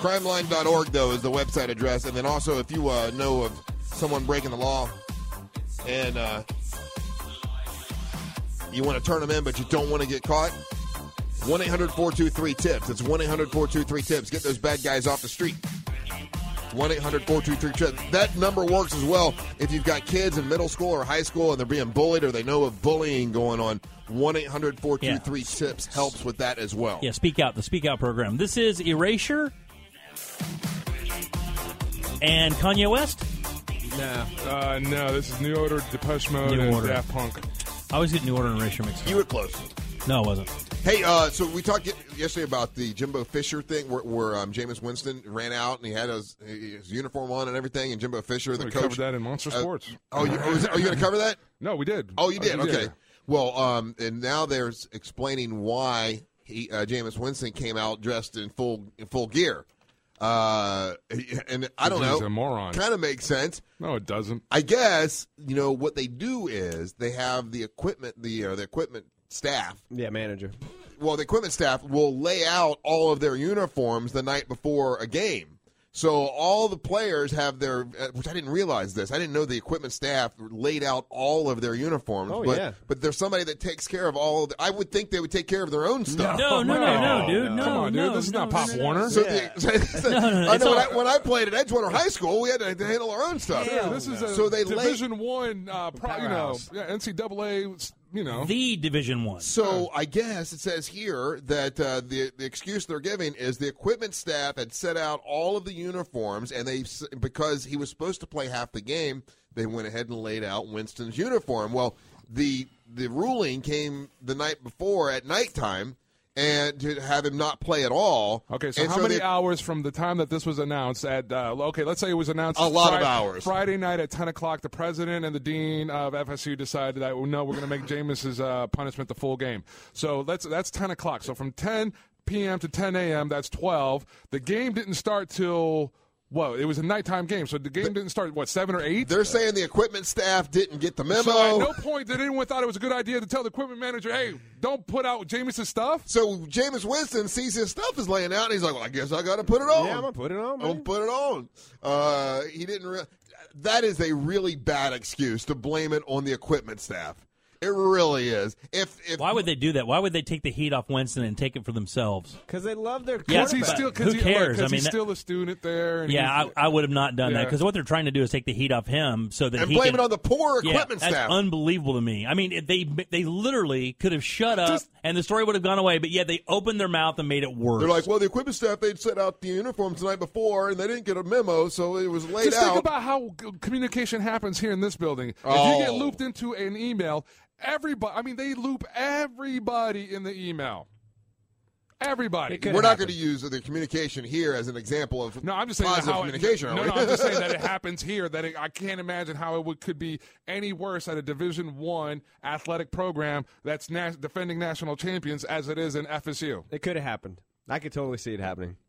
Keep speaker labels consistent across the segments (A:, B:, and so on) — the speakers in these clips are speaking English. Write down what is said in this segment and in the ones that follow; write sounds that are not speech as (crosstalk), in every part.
A: Crimeline.org, though, is the website address. And then also, if you uh, know of someone breaking the law and uh, you want to turn them in but you don't want to get caught, 1 800 423 TIPS. It's 1 800 423 TIPS. Get those bad guys off the street. 1 800 423 TIPS. That number works as well if you've got kids in middle school or high school and they're being bullied or they know of bullying going on. 1 800 423 TIPS helps with that as well.
B: Yeah, Speak Out, the Speak Out program. This is Erasure and Kanye West.
C: Nah. Uh, no, this is New Order, Depeche Mode,
B: New
C: and
B: Order.
C: Daft Punk.
B: I always get New Order and Erasure mixed
A: You
B: up.
A: were close.
B: No, I wasn't.
A: Hey, uh, so we talked ye- yesterday about the Jimbo Fisher thing, where, where um, Jameis Winston ran out and he had his, his uniform on and everything, and Jimbo Fisher, the
C: We
A: coach.
C: Oh, covered that in Monster
A: uh,
C: Sports.
A: Oh, you, oh, is, are you going to cover that?
C: No, we did. Uh,
A: Oh, you did.
C: we
A: okay. Well, um, and now there's explaining why he, uh, Jameis Winston came out dressed in full in full gear. Uh, and I don't know.
C: He's a moron.
A: Kind of makes sense.
C: No, it doesn't.
A: I guess you know what they do is they have the equipment, the uh, the equipment staff
D: Yeah, manager.
A: well, the equipment staff will lay out all of their uniforms the night before a game. So all the players have their, uh, which I didn't realize this. I didn't know the equipment staff laid out all of their uniforms.
D: Oh,
A: but,
D: yeah.
A: but there's somebody that takes care of all. Of the, I would think they would take care of their own stuff.
B: No, Oh, no, no, no, dude. No,
C: Come on, dude.
B: no,
C: this is
B: no,
C: not
B: no,
C: Pop
B: no, no.
C: Warner.
A: So the- (laughs) so- so- I
B: it's
A: know when
B: all-
A: I, when I played at Edgewater High School, we had to handle our own stuff.
C: This is a
A: so they lay,
C: Division One, uh, pro, you know,
D: Powerhouse.
C: yeah, NCAA. You know,
B: The Division One.
A: So I guess it says here that uh, the the excuse they're giving is the equipment staff had set out all of the uniforms, and they s- because he was supposed to play half the game, they went ahead and laid out Winston's uniform. Well, the the ruling came the night before at nighttime, and to have him not play at all.
C: Okay, so
A: And
C: how many
A: they-
C: hours from the time that this was announced at, uh, okay, let's say it was announced.
A: A lot of
C: Fri-
A: hours.
C: Friday night at 10 o'clock, the president and the dean of FSU decided that, well, no, we're going to make Jameis's uh, punishment the full game. So that's, that's 10 o'clock. So from 10 p.m. to 10 a.m., that's 12. The game didn't start till, well, it was a nighttime game. So the game didn't start, what, 7 or 8?
A: They're saying the equipment staff didn't get the memo.
C: So at no point did anyone thought it was a good idea to tell the equipment manager, hey, don't put out Jameis's stuff.
A: So Jameis Winston sees his stuff is laying out, and he's like, "Well, I guess I got to put it on."
D: Yeah, I'm gonna put it on.
A: I'm gonna
D: Man.
A: put it on. Uh, he didn't. Re- that is a really bad excuse to blame it on the equipment staff. It really is. If if
B: Why would they do that? Why would they take the heat off Winston and take it for themselves?
D: Because they love their.
B: Yeah,
D: quarterback.
C: he's still,
B: Who
C: he-
B: cares?
C: 'cause
B: I mean,
C: he's
B: that-
C: still a student there. and
B: Yeah,
C: he's-
B: I, I would have not done that
C: Yeah.
B: because what they're trying to do is take the heat off him so that
A: and
B: he
A: blame
B: can,
A: it on the poor
B: Yeah,
A: equipment
B: that's
A: staff.
B: unbelievable to me. I mean, it- they they literally could have shut up
C: Just-
B: and the story would have gone away, but yet they opened their mouth and made it worse.
A: They're like, well, the equipment staff they'd set out the uniforms the night before, and they didn't get a memo, so it was laid
C: Just
A: out.
C: think about how g- communication happens here in this building. If
A: Oh.
C: you get looped into an email, everybody, I mean, they loop everybody in the email. Everybody.
D: It could
A: We're not
D: happen.
A: going to use the communication here as an example of
C: no, I'm just saying
A: positive
C: how it-
A: communication. are
C: no,
A: we?
C: no, I'm just saying that it happens here. That it, I can't imagine how it would, could be any worse at a Division One athletic program that's na- defending national champions as it is in FSU.
D: It could have happened. I could totally see it happening.
A: (laughs)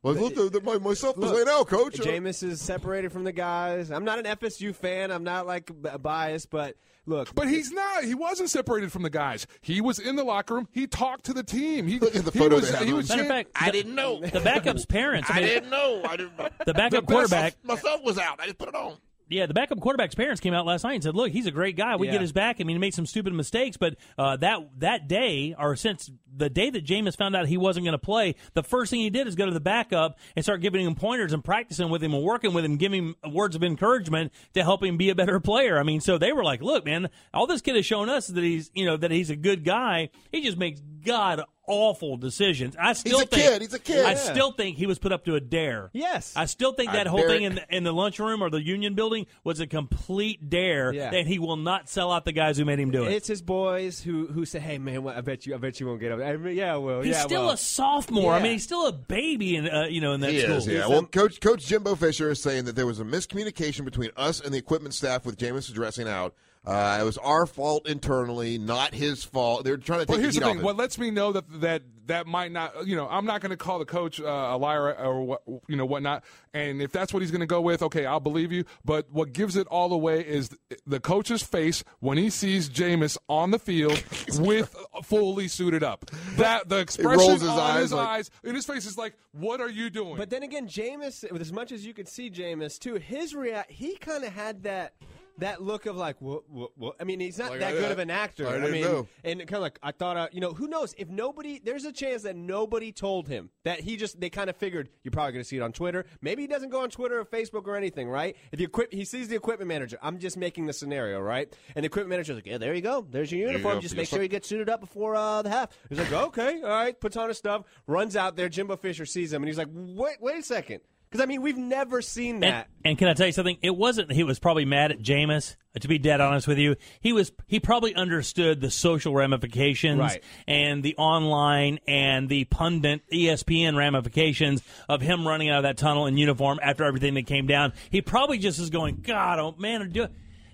A: Well, look, the, the, my, my stuff was
D: Look,
A: laid out, Oh, coach. uh,
D: Jameis is separated from the guys. I'm not an FSU fan. I'm not like b- biased, but look,
C: But he's not. He wasn't separated from the guys. He was in the locker room. He talked to the team. He,
A: Look at the
C: he
A: photo
C: was,
A: they have
C: he
A: of
C: was
B: Matter of
C: chan-
B: fact, I didn't know the backup's parents. I, mean,
A: know. I didn't.
B: the backup quarterback.
A: My stuff was out. I just put it on.
B: Yeah, the backup quarterback's parents came out last night and said, "Look, he's a great guy. We
D: Yeah.
B: get his back. I mean, he made some stupid mistakes, but uh, that that day, or since the day that Jameis found out he wasn't going to play, the first thing he did is go to the backup and start giving him pointers and practicing with him and working with him, giving him words of encouragement to help him be a better player. I mean, so they were like, "Look, man, all this kid has shown us is that he's you know that he's a good guy. He just makes god awful decisions. I still
A: a
B: think,
A: kid. He's a kid.
B: I
A: Yeah.
B: still think he was put up to a dare.
D: Yes.
B: I still think
A: I
B: that whole
A: dare
B: thing
A: it.
B: in the, in the lunchroom or the union building was a complete dare,
D: Yeah.
B: and he will not sell out the guys who made him do it.
D: It's his boys who who say, "Hey man, what- I bet you, I bet you won't get up." I mean, yeah, well,
B: he's
D: yeah,
B: still
D: well.
B: a sophomore. I
D: Yeah.
B: mean, he's still a baby in uh, you know in that
A: He
B: school.
A: is, yeah. Well, Coach Coach Jimbo Fisher is saying that there was a miscommunication between us and the equipment staff with Jameis dressing out. Uh, it was our fault internally, not his fault. They're trying to take
C: Well, here's
A: the
C: the
A: heat
C: thing.
A: off.
C: What
A: him.
C: lets me know that that that might not, you know, I'm not going to call the coach uh, a liar or what, you know, whatnot. And if that's what he's going to go with, okay, I'll believe you. But what gives it all away is the coach's face when he sees Jameis on the
A: (laughs)
C: field with fully suited up. That the expression
A: rolls his
C: on
A: eyes,
C: his
A: like-
C: eyes in his face is like, "What are you doing?"
D: But then again, Jameis, with as much as you could see Jameis, too, his react, he kind of had that that look of like, what, what, what? I mean, he's not
A: Like,
D: that
A: I-
D: good of an actor. I,
A: I didn't
D: mean,
A: know.
D: and kind of like, I thought, I, you know, who knows if nobody, there's a chance that nobody told him that he just, they kind of figured you're probably going to see it on Twitter. Maybe he doesn't go on Twitter or Facebook or anything, right? If you equip, he sees the equipment manager. I'm just making the scenario, right? And the equipment manager's like, yeah, there you go. There's your uniform.
A: go.
D: Just
A: Yes,
D: make
A: sir.
D: sure you get suited up before uh, the half. He's like, okay, all right, puts on his stuff, runs out there. Jimbo Fisher sees him, and he's like, wait, wait a second, because I mean, we've never seen
B: And,
D: that.
B: and can I tell you something? It wasn't. He was probably mad at Jameis. To be dead honest with you, he was. He probably understood the social ramifications
D: Right.
B: and the online and the pundit E ESPN ramifications of him running out of that tunnel in uniform after everything that came down. He probably just is going, God, oh man, do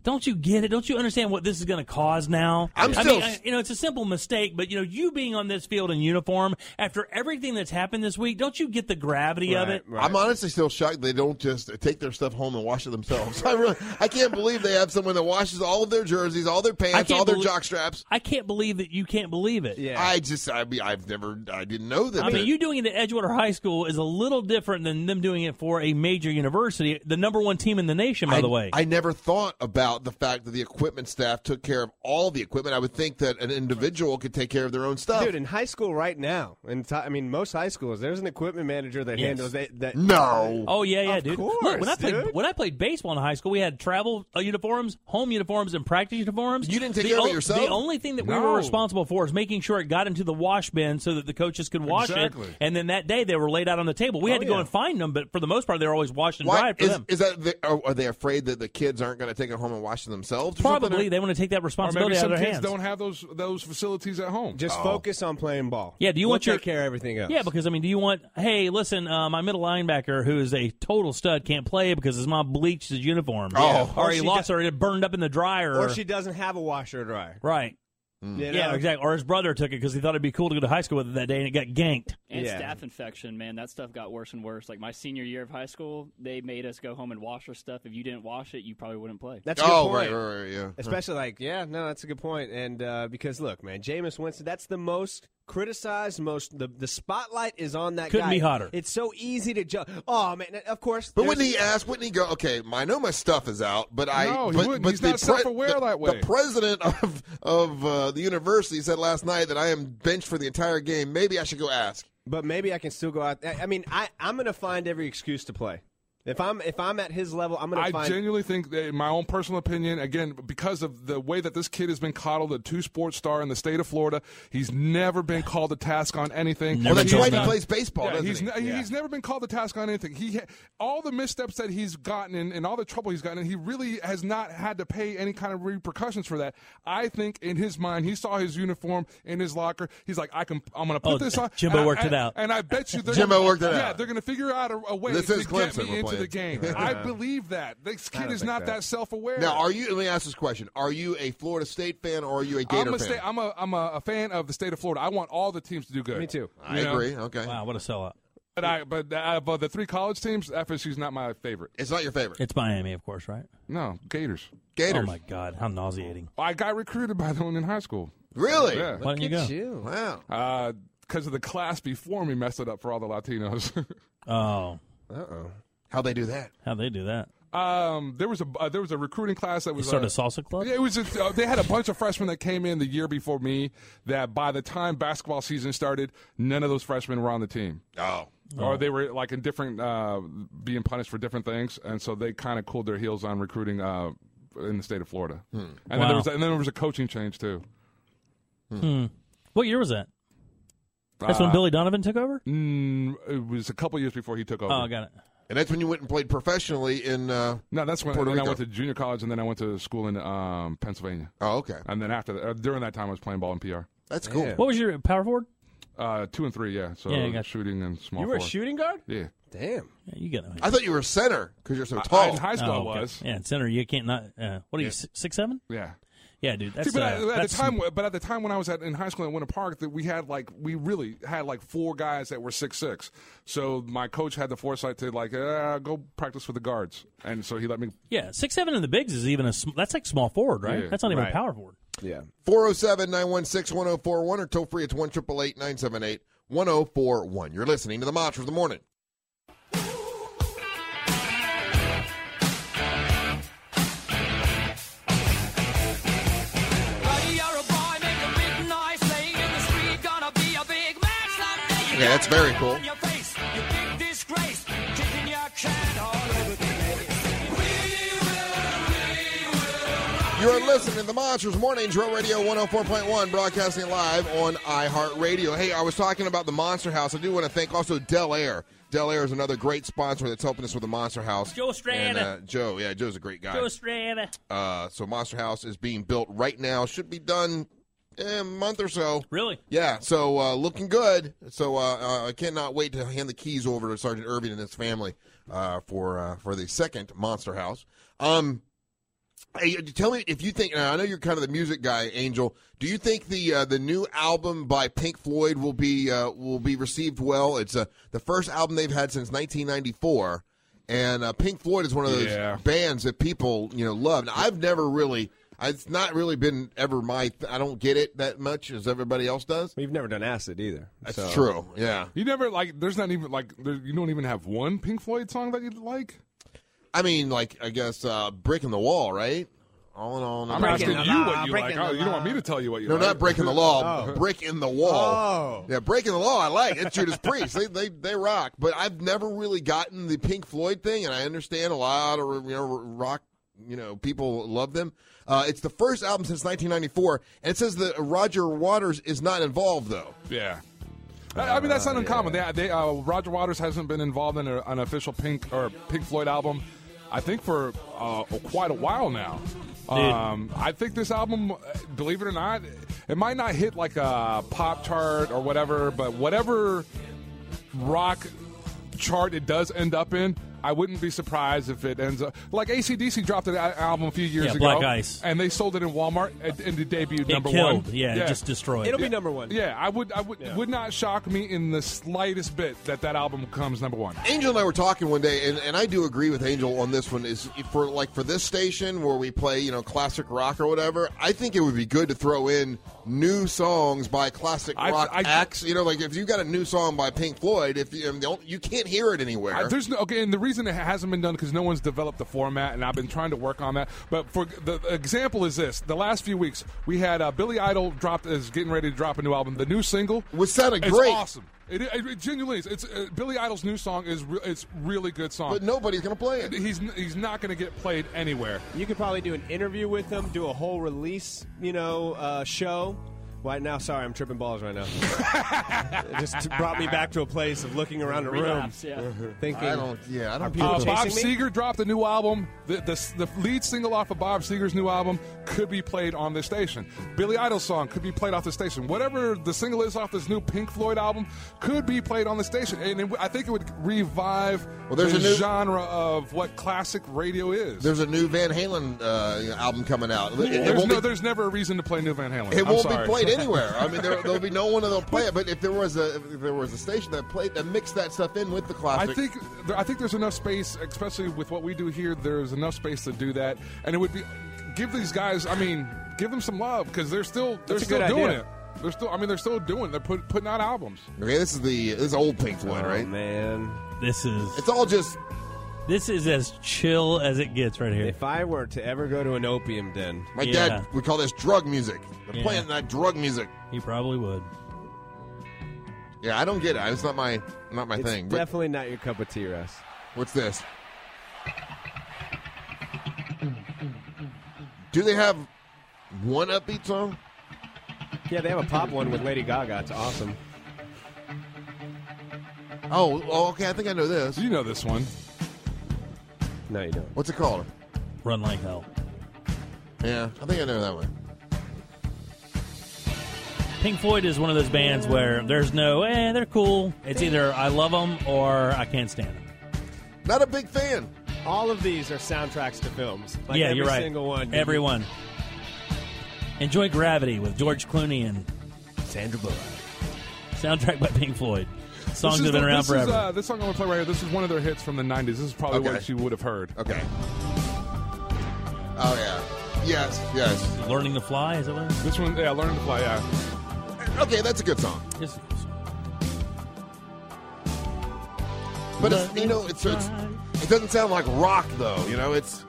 B: Don't you get it? Don't you understand what this is going to cause now?
A: I'm
B: I
A: still-
B: mean, I- you know, it's a simple mistake, but you know, you being on this field in uniform after everything that's happened this week, don't you get the gravity of it?
A: I'm honestly still shocked they don't just take their stuff home and wash it themselves. (laughs) I really, I can't believe they have someone that washes all of their jerseys, all their
B: I
A: pants,
B: can't
A: all their
B: belie-
A: jock straps.
B: I can't believe that you can't believe it.
D: Yeah.
A: I just, I mean, I've never, I didn't know that.
B: I mean,
A: that-
B: you doing it at Edgewater High School is a little different than them doing it for a major university, the number one team in the nation, by
A: I,
B: the way.
A: I never thought about the fact that the equipment staff took care of all the equipment. I would think that an individual could take care of their own stuff.
D: Dude, in high school right now, and I mean most high schools, there's an equipment manager that
B: Yes.
D: handles that. that
A: no.
B: Oh yeah, yeah,
D: Of
B: dude.
D: course,
B: Look, when I played
D: dude.
B: when I played baseball in high school, we had travel uh, uniforms, home uniforms, and practice uniforms.
A: You didn't take
B: The
A: care of it
B: o-
A: yourself?
B: The only thing that we
C: No.
B: were responsible for is making sure it got into the wash bin so that the coaches could wash
C: Exactly.
B: it. And then that day they were laid out on the table. We had to go and find them, but for the most part, they were always washed and
A: Oh, Why
B: dried for
A: is,
B: them.
A: is that? The, are, are they afraid that the kids aren't going to take it home and wash it themselves? or something?
B: Probably they want to take that
C: or maybe
B: responsibility out
C: some
B: of
C: kids
B: their hands.
C: don't have those those facilities at home.
D: just
A: Oh.
D: focus on playing ball.
B: Yeah, do you
D: We'll
B: want your-
D: take care of everything else?
B: Yeah, because I mean, do you want? Hey, listen, uh, my middle linebacker, who is a total stud, can't play because his mom bleached his uniform.
A: Oh.
B: or,
D: Or
B: he
D: she
B: lost, or it burned up in the dryer.
D: or she doesn't have a washer or dryer.
B: right?
A: Mm.
D: You know?
B: Yeah, exactly. Or his brother took it because he thought it'd be cool to go to high school with it that day, and it got ganked.
E: And
D: Yeah.
E: staph infection, man, that stuff got worse and worse. Like my senior year of high school, they made us go home and wash our stuff. If you didn't wash it, you probably wouldn't play.
D: That's a good
A: Oh,
D: point.
A: right, right, right, yeah.
D: Especially like, yeah, no, that's a good point. And uh, because look, man, Jameis Winston, that's the most criticized, most the, the spotlight is on that
B: Couldn't
D: guy.
B: be hotter.
D: It's so easy to judge. Oh man, of course.
A: But
D: there's-
A: wouldn't he ask? Wouldn't he go? Okay, I know my stuff is out, but I.
C: No, he
A: but,
C: wouldn't.
A: But
C: He's
A: the
C: not self-aware
A: the-
C: that way.
A: The president (laughs) of of uh, the university said last night that I am benched for the entire game. Maybe I should go ask.
D: But maybe I can still go out. I, I mean, I I'm gonna find every excuse to play. If I'm if I'm at his level, I'm gonna
C: I
D: find.
C: genuinely think, that, in my own personal opinion, again, because of the way that this kid has been coddled, a two sports star in the state of Florida, he's never been called to task on anything.
A: well,
B: Never
A: that's
B: been
A: why
B: done.
A: he plays baseball.
C: Yeah,
A: doesn't
C: he's
A: he?
C: ne- he's never been called to task on anything. He ha- all the missteps that he's gotten in, and all the trouble he's gotten in, he really has not had to pay any kind of repercussions for that. I think in his mind, he saw his uniform in his locker. He's like, I can, I'm going to put
B: Oh,
C: this on.
B: Jimbo
C: and I-
B: worked it
C: and-
B: out.
C: and I bet you, they're
A: Jimbo worked it
C: Yeah,
A: out.
C: they're going to figure out a, a way
A: This
C: to
A: is
C: get me
A: Clemson we're
C: into the
A: playing.
C: game. I believe that this kid is
D: think
C: not
D: that.
C: that, self-aware.
A: Now, are you? Let me ask this question: Are you a Florida State fan or are you a Gator
C: I'm a,
A: fan?
C: sta- I'm, a, I'm a, a fan of the state of Florida. I want all the teams to do good.
D: Me too.
A: I
C: You know?
A: agree. Okay,
B: Wow, what a sellout!
C: But I, but uh, of uh, the three college teams, FSU's not my favorite.
A: it's not your favorite.
B: It's Miami, of course, right?
C: No, Gators.
A: Gators.
B: Oh my God, how nauseating!
C: I got recruited by them in high school.
A: Really?
C: Yeah.
B: Why didn't you go?
D: you.
A: Wow.
C: Because of the class before me messed it up for all the Latinos. (laughs)
B: Oh,
A: How they do that?
B: how they do that?
C: um, there was a uh, there was a recruiting class that
B: They
C: was
B: started
C: uh,
B: a salsa club.
C: Yeah, It was just, uh, they had a bunch of freshmen that came in the year before me. That by the time basketball season started, none of those freshmen were on the team,
A: Oh,
C: or they were like in different, uh, being punished for different things, and so they kind of cooled their heels on recruiting uh, in the state of Florida.
A: Hmm.
C: And then
B: Wow.
C: there was and then there was a coaching change too.
B: What year was that? That's
D: Uh,
B: when Billy Donovan took over.
D: Mm.
C: It was a couple years before he took over.
B: Oh, got it.
A: And that's when you went and played professionally in. Uh,
C: No, that's when
A: Puerto
C: then I
A: Rico.
C: went to junior college and then I went to school in um, Pennsylvania.
A: oh, okay.
C: And then after that, uh, during that time, I was playing ball in PR.
A: That's cool.
B: What was your power forward?
C: Uh, two and three, yeah. So
B: Yeah, I got you.
C: shooting and small.
D: You were a
C: forward.
D: shooting guard?
C: Yeah.
D: Damn.
B: Yeah, you got
A: I thought you were a center because you're so
C: I,
A: tall.
C: in high school, I
B: Oh, okay.
C: was.
B: Yeah, center. You can't not. Uh, what are you si- six seven?
C: Yeah.
B: Yeah, dude. That's,
C: See, but
B: uh,
C: at, at
B: that's
C: the time, but at the time when I was at, in high school at Winter Park, that we had like we really had like four guys that were six six. So my coach had the foresight to like uh, go practice with the guards, and so he let me.
B: Yeah, six seven in the bigs is even a. Sm- that's like small forward, right?
C: Yeah,
B: that's not even
D: right.
B: a power forward.
A: 407 916 1041 or toll free. It's 1 978 1041. You're listening to the Monster of the Morning. Okay, that's very cool. You're listening to the Monsters Morning Drill Radio 104.1, broadcasting live on iHeartRadio. Hey, I was talking about the Monster House. I do want to thank also Del Air. Del Air is another great sponsor that's helping us with the Monster House.
B: Joe
A: And,
B: Strada.
A: uh, Joe, yeah, Joe's a great guy.
B: Strada.
A: Uh, so Monster House is being built right now. Should be done in a month or so.
B: Really?
A: Yeah, so uh, looking good. So uh, uh, I cannot wait to hand the keys over to Sergeant Irving and his family uh, for uh, for the second Monster House. Um, hey, tell me if you think. and I know you're kind of the music guy, Angel. Do you think the uh, the new album by Pink Floyd will be uh, will be received well? It's uh, the first album they've had since 1994, and uh, Pink Floyd is one of those
C: Yeah.
A: bands that people you know love. Now, I've never really. It's not really been ever my. Th- I don't get it that much as everybody else does.
D: Well, you've never done acid either.
A: That's
D: so-
A: true. Yeah.
C: You never like. There's not even like. There, you don't even have one Pink Floyd song that you like.
A: I mean, like I guess uh, breaking the wall, right? All in all,
C: I'm
A: no,
C: asking you what you like. Oh, you don't want me to tell you what you
A: no,
C: like.
A: not breaking the law. Brick in the wall.
D: Oh.
A: Yeah, breaking the law. I like it. Judas Priest. They, they they rock. But I've never really gotten the Pink Floyd thing, and I understand a lot of you know rock. You know, people love them. Uh, it's the first album since 1994, and it says that Roger Waters is not involved though.
C: Yeah. I I mean that's not uncommon. They, they, uh, Roger Waters hasn't been involved in a, an official Pink or Pink Floyd album, I think for uh, quite a while now. Um, I think this album, uh, believe it or not, it might not hit like a pop chart or whatever, but whatever rock chart it does end up in, I wouldn't be surprised if it ends up like ACDC dropped an al- album a few years
B: Yeah,
C: ago,
B: Black Ice.
C: and they sold it in Walmart and, and it debuted
B: It
C: number
B: killed.
C: one.
B: Yeah, it just destroyed.
D: It'll be number one.
C: Yeah, I would. I would. Would not shock me in the slightest bit that that album comes number one.
A: Angel and I were talking one day, and, and I do agree with Angel on this one. Is for like for this station where we play, you know, classic rock or whatever. I think it would be good to throw in new songs by classic
C: I-
A: rock
C: I-
A: acts. You know, like if you got a new song by Pink Floyd, if you, um, don't, you can't hear it anywhere.
C: I, there's no, okay, and the reason it hasn't been done because no one's developed the format, and I've been trying to work on that. But for the example is this: the last few weeks we had uh, Billy Idol dropped is getting ready to drop a new album. The new single
A: Which sounded
C: It's
A: great.
C: awesome. It, it, it genuinely is. It's uh, Billy Idol's new song is re- it's really good song.
A: but nobody's gonna play it.
C: he's n- he's not going to get played anywhere.
D: You could probably do an interview with them, do a whole release, you know, uh, show. Right now, sorry, I'm tripping balls right now. it just brought me back to a place of looking around the room,
E: Relapse, yeah.
D: (laughs) thinking.
A: I don't. Yeah, I don't.
D: people
C: Uh,
D: Chasing
C: Bob
D: Me?
C: Seger dropped a new album. The, the, the lead single off of Bob Seger's new album could be played on this station. Billy Idol's song could be played off the station. Whatever the single is off this new Pink Floyd album could be played on the station. And it, I think it would revive
A: Well, there's
C: the
A: a new-
C: genre of what classic radio is.
A: There's a new Van Halen uh, album coming out. It- it
C: There's
A: won't
C: no,
A: be-
C: there's never a reason to play New Van Halen.
A: It
C: I'm
A: won't
C: sorry. (laughs)
A: be played anywhere. I mean, there, there'll be no one that'll play it. But if there was a if there was a station that played that mixed that stuff in with the
C: I
A: classic,
C: think there- I think there's enough space, especially with what we do here. There's enough space to do that, and it would be give these guys. I mean, give them some love because they're still they're
D: That's a
C: still
D: good
C: doing
D: idea.
C: it. They're still. I mean, they're still doing. They're put, putting out albums.
A: Okay, this is the this is old Pink Floyd, right?
D: Oh, man.
B: This is
A: It's all just
B: this is as chill as it gets right here.
D: If I were to ever go to an opium den,
A: my
B: Yeah.
A: dad. We call this drug music. They're
B: Yeah.
A: playing that drug music.
B: He probably would.
A: Yeah, I don't get it. It's not my not my
D: it's
A: thing. What-
D: definitely not your cup of tea, Russ.
A: what's this? Do they have one upbeat song?
D: Yeah, they have a pop one with Lady Gaga. It's awesome.
A: Oh, oh, okay. I think I know this.
C: You know this one.
D: No, you don't.
A: What's it called?
B: Run like hell.
A: Yeah, I think I know that one.
B: Pink Floyd is one of those bands where there's no, eh, they're cool. It's either I love them or I can't stand them.
A: Not a big fan.
D: All of these are soundtracks to films. Like
B: yeah,
D: every
B: you're right.
D: Single one.
B: Every one. Enjoy Gravity with George Clooney and
D: Sandra Bullock.
B: soundtrack by Pink Floyd. Songs
C: This
B: have
C: is
B: been
C: the-
B: around
C: this
B: forever.
C: Is, uh, this song I'm gonna play right here. This is one of their hits from the '90s. This is probably
A: Okay.
C: what you would have heard.
A: Okay. Oh yeah. Yes. Yes.
B: Learning to Fly, is that what it is?
C: This one, yeah, learning to play. Yeah,
A: Okay, that's a good song.
B: Yes.
A: But it's, you know, it's, it's it doesn't sound like rock though. You know, it's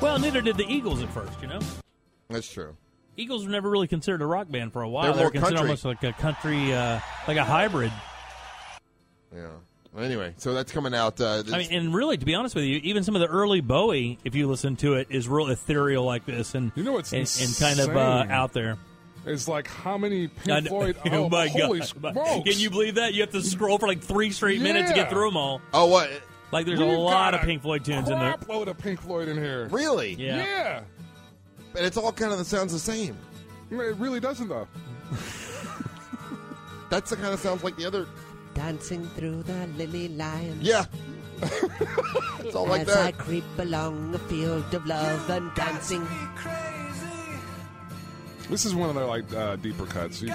B: Well, neither did the Eagles at first, you know?
A: that's true.
B: Eagles were never really considered a rock band for a while.
A: They're
B: They were
A: more
B: considered
A: country.
B: almost like a country, uh, like a hybrid.
A: Yeah. Well, Anyway, so that's coming out. Uh,
B: I mean, and really, to be honest with you, even some of the early Bowie, if you listen to it, is real ethereal like this and
C: You know what's
B: and, and kind of uh,
C: insane?
B: out there.
C: it's like how many
B: I
C: Pink
B: know- (laughs)
C: Floyd? Oh,
B: my
C: holy
B: god! But
C: smokes.
B: Can you believe that? You have to scroll for like three straight minutes to
C: Yeah.
B: get through them all.
A: oh, what?
B: Like there's
C: We've
B: a lot
C: got
B: of Pink Floyd tunes in there.
C: crap Load of Pink Floyd in here.
A: Really?
B: Yeah.
C: yeah.
A: And it's all kind of that sounds the same.
C: It really doesn't though.
A: That's the kind of sounds like the other.
F: Dancing through the lily lions.
A: Yeah. (laughs) it's all like
F: As I
A: that.
F: creep along the field of love and dancing.
C: This is one of their like uh, deeper cuts. You-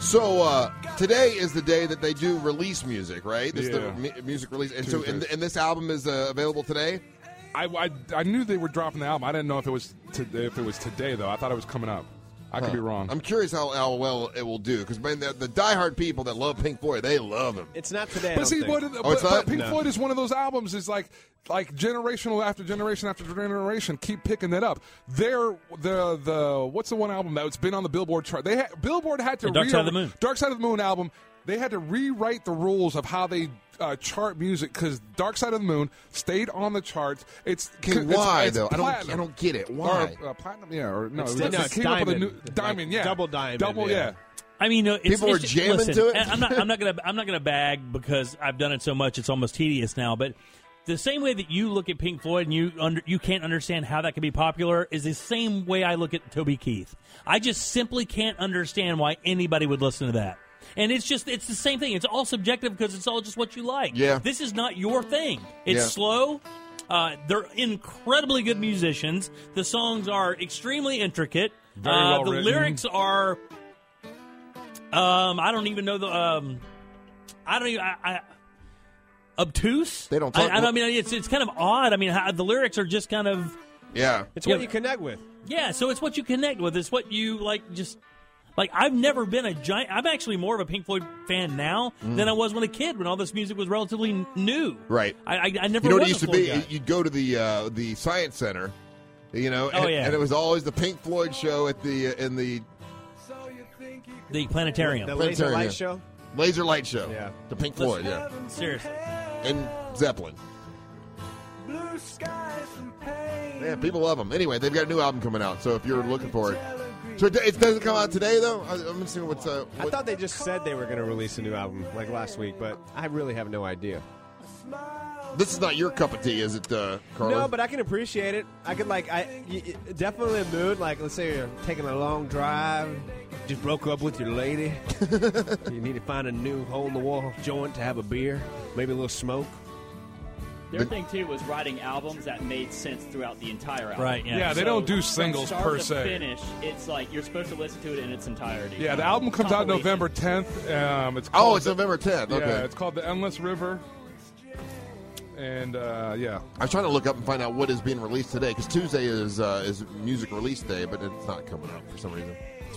A: So uh, today is the day that they do release music, right? This is
C: Yeah.
A: the mu- music release, and so and,
C: Tuesdays.
A: and this album is uh, available today.
C: I, I, I knew they were dropping the album. I didn't know if it was to, if it was today though. I thought it was coming up. I could be wrong.
A: I'm curious how, how well it will do because man, the, the diehard people that love Pink Floyd, they love him.
D: It's not today. I
C: But
D: don't
C: see,
D: think.
C: what, but,
A: Oh, it's
C: but
A: not?
C: Pink
A: No.
C: Floyd is one of those albums. Is like like generational after generation after generation. Keep picking that up. They're the the what's the one album that's been on the Billboard chart? They had, Billboard had to
B: The Dark Side of the Moon.
C: Dark Side of the Moon album. They had to rewrite the rules of how they. Uh, chart music because Dark Side of the Moon stayed on the charts. It's
A: Okay,
C: it's-
A: why
C: it's
A: though? I don't, I
C: platinum.
A: don't get it.
C: Or,
A: Why?
C: uh, platinum, yeah, or no,
D: It's
C: it was-
D: di- no,
C: it
D: it's
C: came up with a new
D: diamond.
C: diamond, yeah,
D: Like double diamond,
C: double,
D: yeah.
C: yeah.
B: I mean, you know, it's,
A: People
B: it's
A: are
B: just-
A: jamming
B: listen,
A: to it?
B: I- I'm not. I'm not gonna. I'm not gonna bag because I've done it so much. It's almost tedious now. But the same way that you look at Pink Floyd and you under, you can't understand how that could be popular is the same way I look at Toby Keith. I just simply can't understand why anybody would listen to that. And it's just it's the same thing. It's all subjective because it's all just what you like.
A: Yeah.
B: This is not your thing. It's
A: Yeah.
B: slow. Uh, they're incredibly good musicians. The songs are extremely intricate.
C: Very
B: uh,
C: well
B: the
C: written.
B: lyrics are um, I don't even know the. Um, I don't even. I, I, obtuse.
A: They don't talk-
B: I, I, don't- I mean, it's it's kind of odd. I mean, how, the lyrics are just kind of
A: yeah.
D: It's
B: Yeah.
D: what you connect with.
B: yeah. So it's what you connect with. It's what you like. Just like I've never been a giant. I'm actually more of a Pink Floyd fan now than I was when a kid when all this music was relatively n- new.
A: Mm. Right.
B: I I, I never.
A: You know what it
B: was
A: used
B: a
A: to be?
B: Floyd guy.
A: You'd go to the uh, the science center, you know, and,
B: Oh, yeah.
A: and it was always the Pink Floyd show at the uh, in the
B: The planetarium.
D: The laser
A: Planetarium, yeah.
D: light show.
A: laser light show.
D: Yeah.
A: the Pink Floyd, yeah,
B: Seriously.
A: and Zeppelin. Yeah, people love them. Anyway, they've got a new album coming out, so if you're looking for it, so it, it doesn't come out today though. I, I'm seeing what's uh,
D: I
A: what-
D: thought they just said they were going to release a new album like last week, but I really have no idea.
A: this is not your cup of tea, is it, uh, Carlos?
D: No, but I can appreciate it. I could like I y- y- definitely a mood. Like let's say you're taking a long drive, just broke up with your
A: (laughs)
D: lady. you need to find a new hole in the wall joint to have a beer, maybe a little smoke.
E: The other thing too was writing albums that made sense throughout the entire album.
B: Right. Yeah.
C: Yeah, they
E: So,
C: don't do
E: from
C: singles
E: start
C: per
E: to
C: se.
E: Finish. It's like you're supposed to listen to it in its entirety.
C: Yeah, the album comes out
E: Compilation.
C: November 10th. Um, it's
A: oh,
C: called
A: it's November 10th.
C: Yeah,
A: Okay,
C: it's called the Endless River. And uh, yeah,
A: I was trying to look up and find out what is being released today because Tuesday is uh, is music release day, but it's not coming out for some reason. That's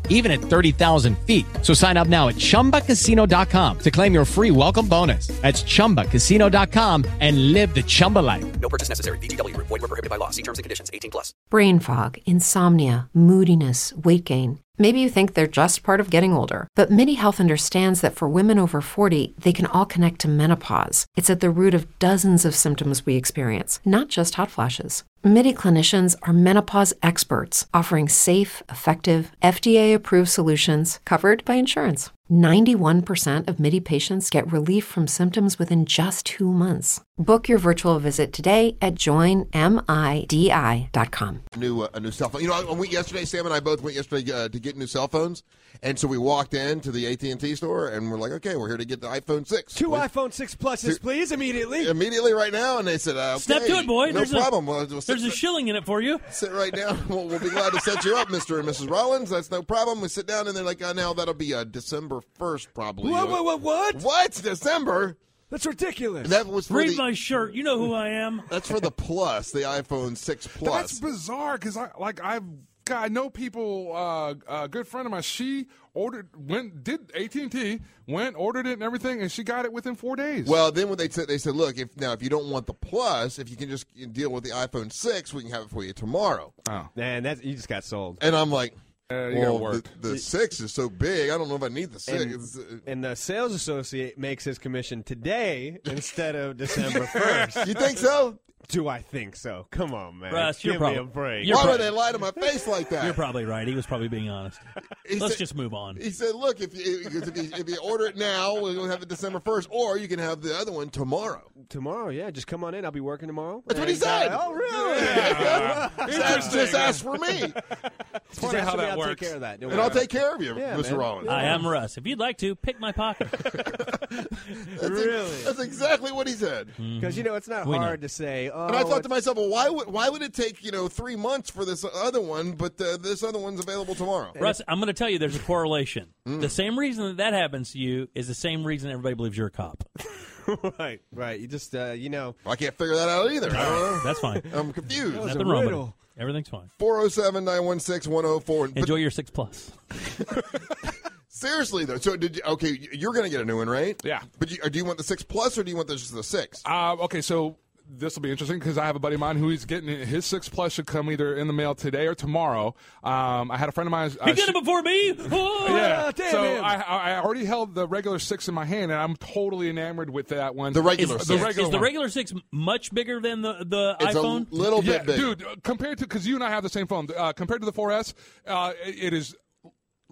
G: even at 30,000 feet. So sign up now at chumbacasino.com to claim your free welcome bonus. That's chumbacasino.com and live the Chumba life.
H: No purchase necessary. VGW Group. Void were prohibited by law. See terms and conditions. 18 plus.
I: Brain fog, insomnia, moodiness, weight gain. Maybe you think they're just part of getting older, but MIDI Health understands that for women over 40, they can all connect to menopause. It's at the root of dozens of symptoms we experience, not just hot flashes. MIDI clinicians are menopause experts, offering safe, effective, FDA approved solutions covered by insurance. 91% of MIDI patients get relief from symptoms within just two months. Book your virtual visit today at joinmidi.com.
A: new uh, a new cell phone. You know, I went yesterday. Sam and I both went yesterday uh, to get new cell phones, and so we walked into the AT and T store, and we're like, okay, we're here to get the iPhone six.
D: Two
A: We-
D: iPhone 6 Pluses, please, immediately.
A: Immediately, right now, and they said, uh, okay,
B: Step to it, boy.
A: No
B: There's a-
A: problem. Well,
B: there's a shilling in it for you.
A: Sit right down. (laughs) We'll, we'll be glad to set you up, Mister and Mrs. Rollins. That's no problem. We sit down, and they're like, uh, now that'll be uh, December first, probably.
B: What, what, what,
A: What? What? December?
D: That's ridiculous.
A: That was for
B: Read
A: the-
B: my shirt. You know who I am.
A: That's for the Plus, the iPhone six Plus.
C: That's bizarre because I like I've got I know people. Uh, a good friend of mine, she ordered went did AT and T went ordered it and everything, and she got it within four days.
A: Well, then when they said they said, look, if now if you don't want the plus, if you can just deal with the iPhone six, we can have it for you tomorrow.
C: Oh,
D: man, that you just got sold.
A: And I'm like,
D: you
A: well,
D: gotta work.
A: the, the six is so big. I don't know if I need the six. It's-
D: And, and the sales associate makes his commission today instead of
A: (laughs)
D: December 1st.
A: You think so?
D: Do I think so? Come on, man.
B: Russ, you're
D: Give
B: probably
D: me a break.
B: You're,
A: Why
B: prob-
A: would they lie to my face like that?
B: you're probably right. He was probably being honest. Let's just move on.
A: He said, "Look, if you, if you if you order it now, we're gonna have it December first, or you can have the other one tomorrow."
D: Tomorrow, yeah, just come on in. I'll be working tomorrow.
A: That's what he
D: And, uh,
A: said.
D: Oh, really? (laughs)
A: Just, just ask for me.
D: It's funny how that works. I'll take care of that. Don't
A: And
D: worry
A: I'll
D: about
A: take care of you,
D: Yeah,
A: Mr.
D: man.
A: Rollins.
B: I am Russ. If you'd like to, pick
A: (laughs)
B: my pocket.
D: it. Really?
A: That's exactly what he said.
D: Because, you know, it's not
B: We know.
D: hard to say. Oh,
A: And I thought
D: it's-
A: to myself, well, why would why would it take you know three months for this other one, but uh, this other one's available tomorrow?
B: Russ, I'm going to tell you there's a correlation.
A: Mm.
B: The same reason that that happens to you is the same reason everybody believes you're a cop.
D: (laughs) right, right. You just, uh, you know.
A: I can't figure that out either. I don't know. (laughs)
B: That's fine.
A: I'm confused.
B: Nothing wrong with it. Everything's fine.
A: 407 916 104. But
B: Enjoy your 6
A: (laughs)
B: plus.
A: seriously, though, so did you, okay, you're going to get a new one, right?
C: Yeah.
A: But you, do you want the 6 Plus or do you want the, just the 6?
C: Uh, okay, so this will be interesting because I have a buddy of mine who he's getting his six plus should come either in the mail today or tomorrow. Um, I had a friend of mine. Uh,
B: He did it before me. Oh!
C: yeah,
D: damn
C: so
D: him.
C: I, I I already held the regular six in my hand, and I'm totally enamored with that one.
A: The regular
C: Is- the
A: six.
C: regular
B: Is the
C: one.
B: regular 6 much bigger than the, the
A: It's
B: iPhone?
A: a little bit big.
C: dude. uh, Compared to because you and I have the same phone. Uh, compared to the 4S, uh, it, it is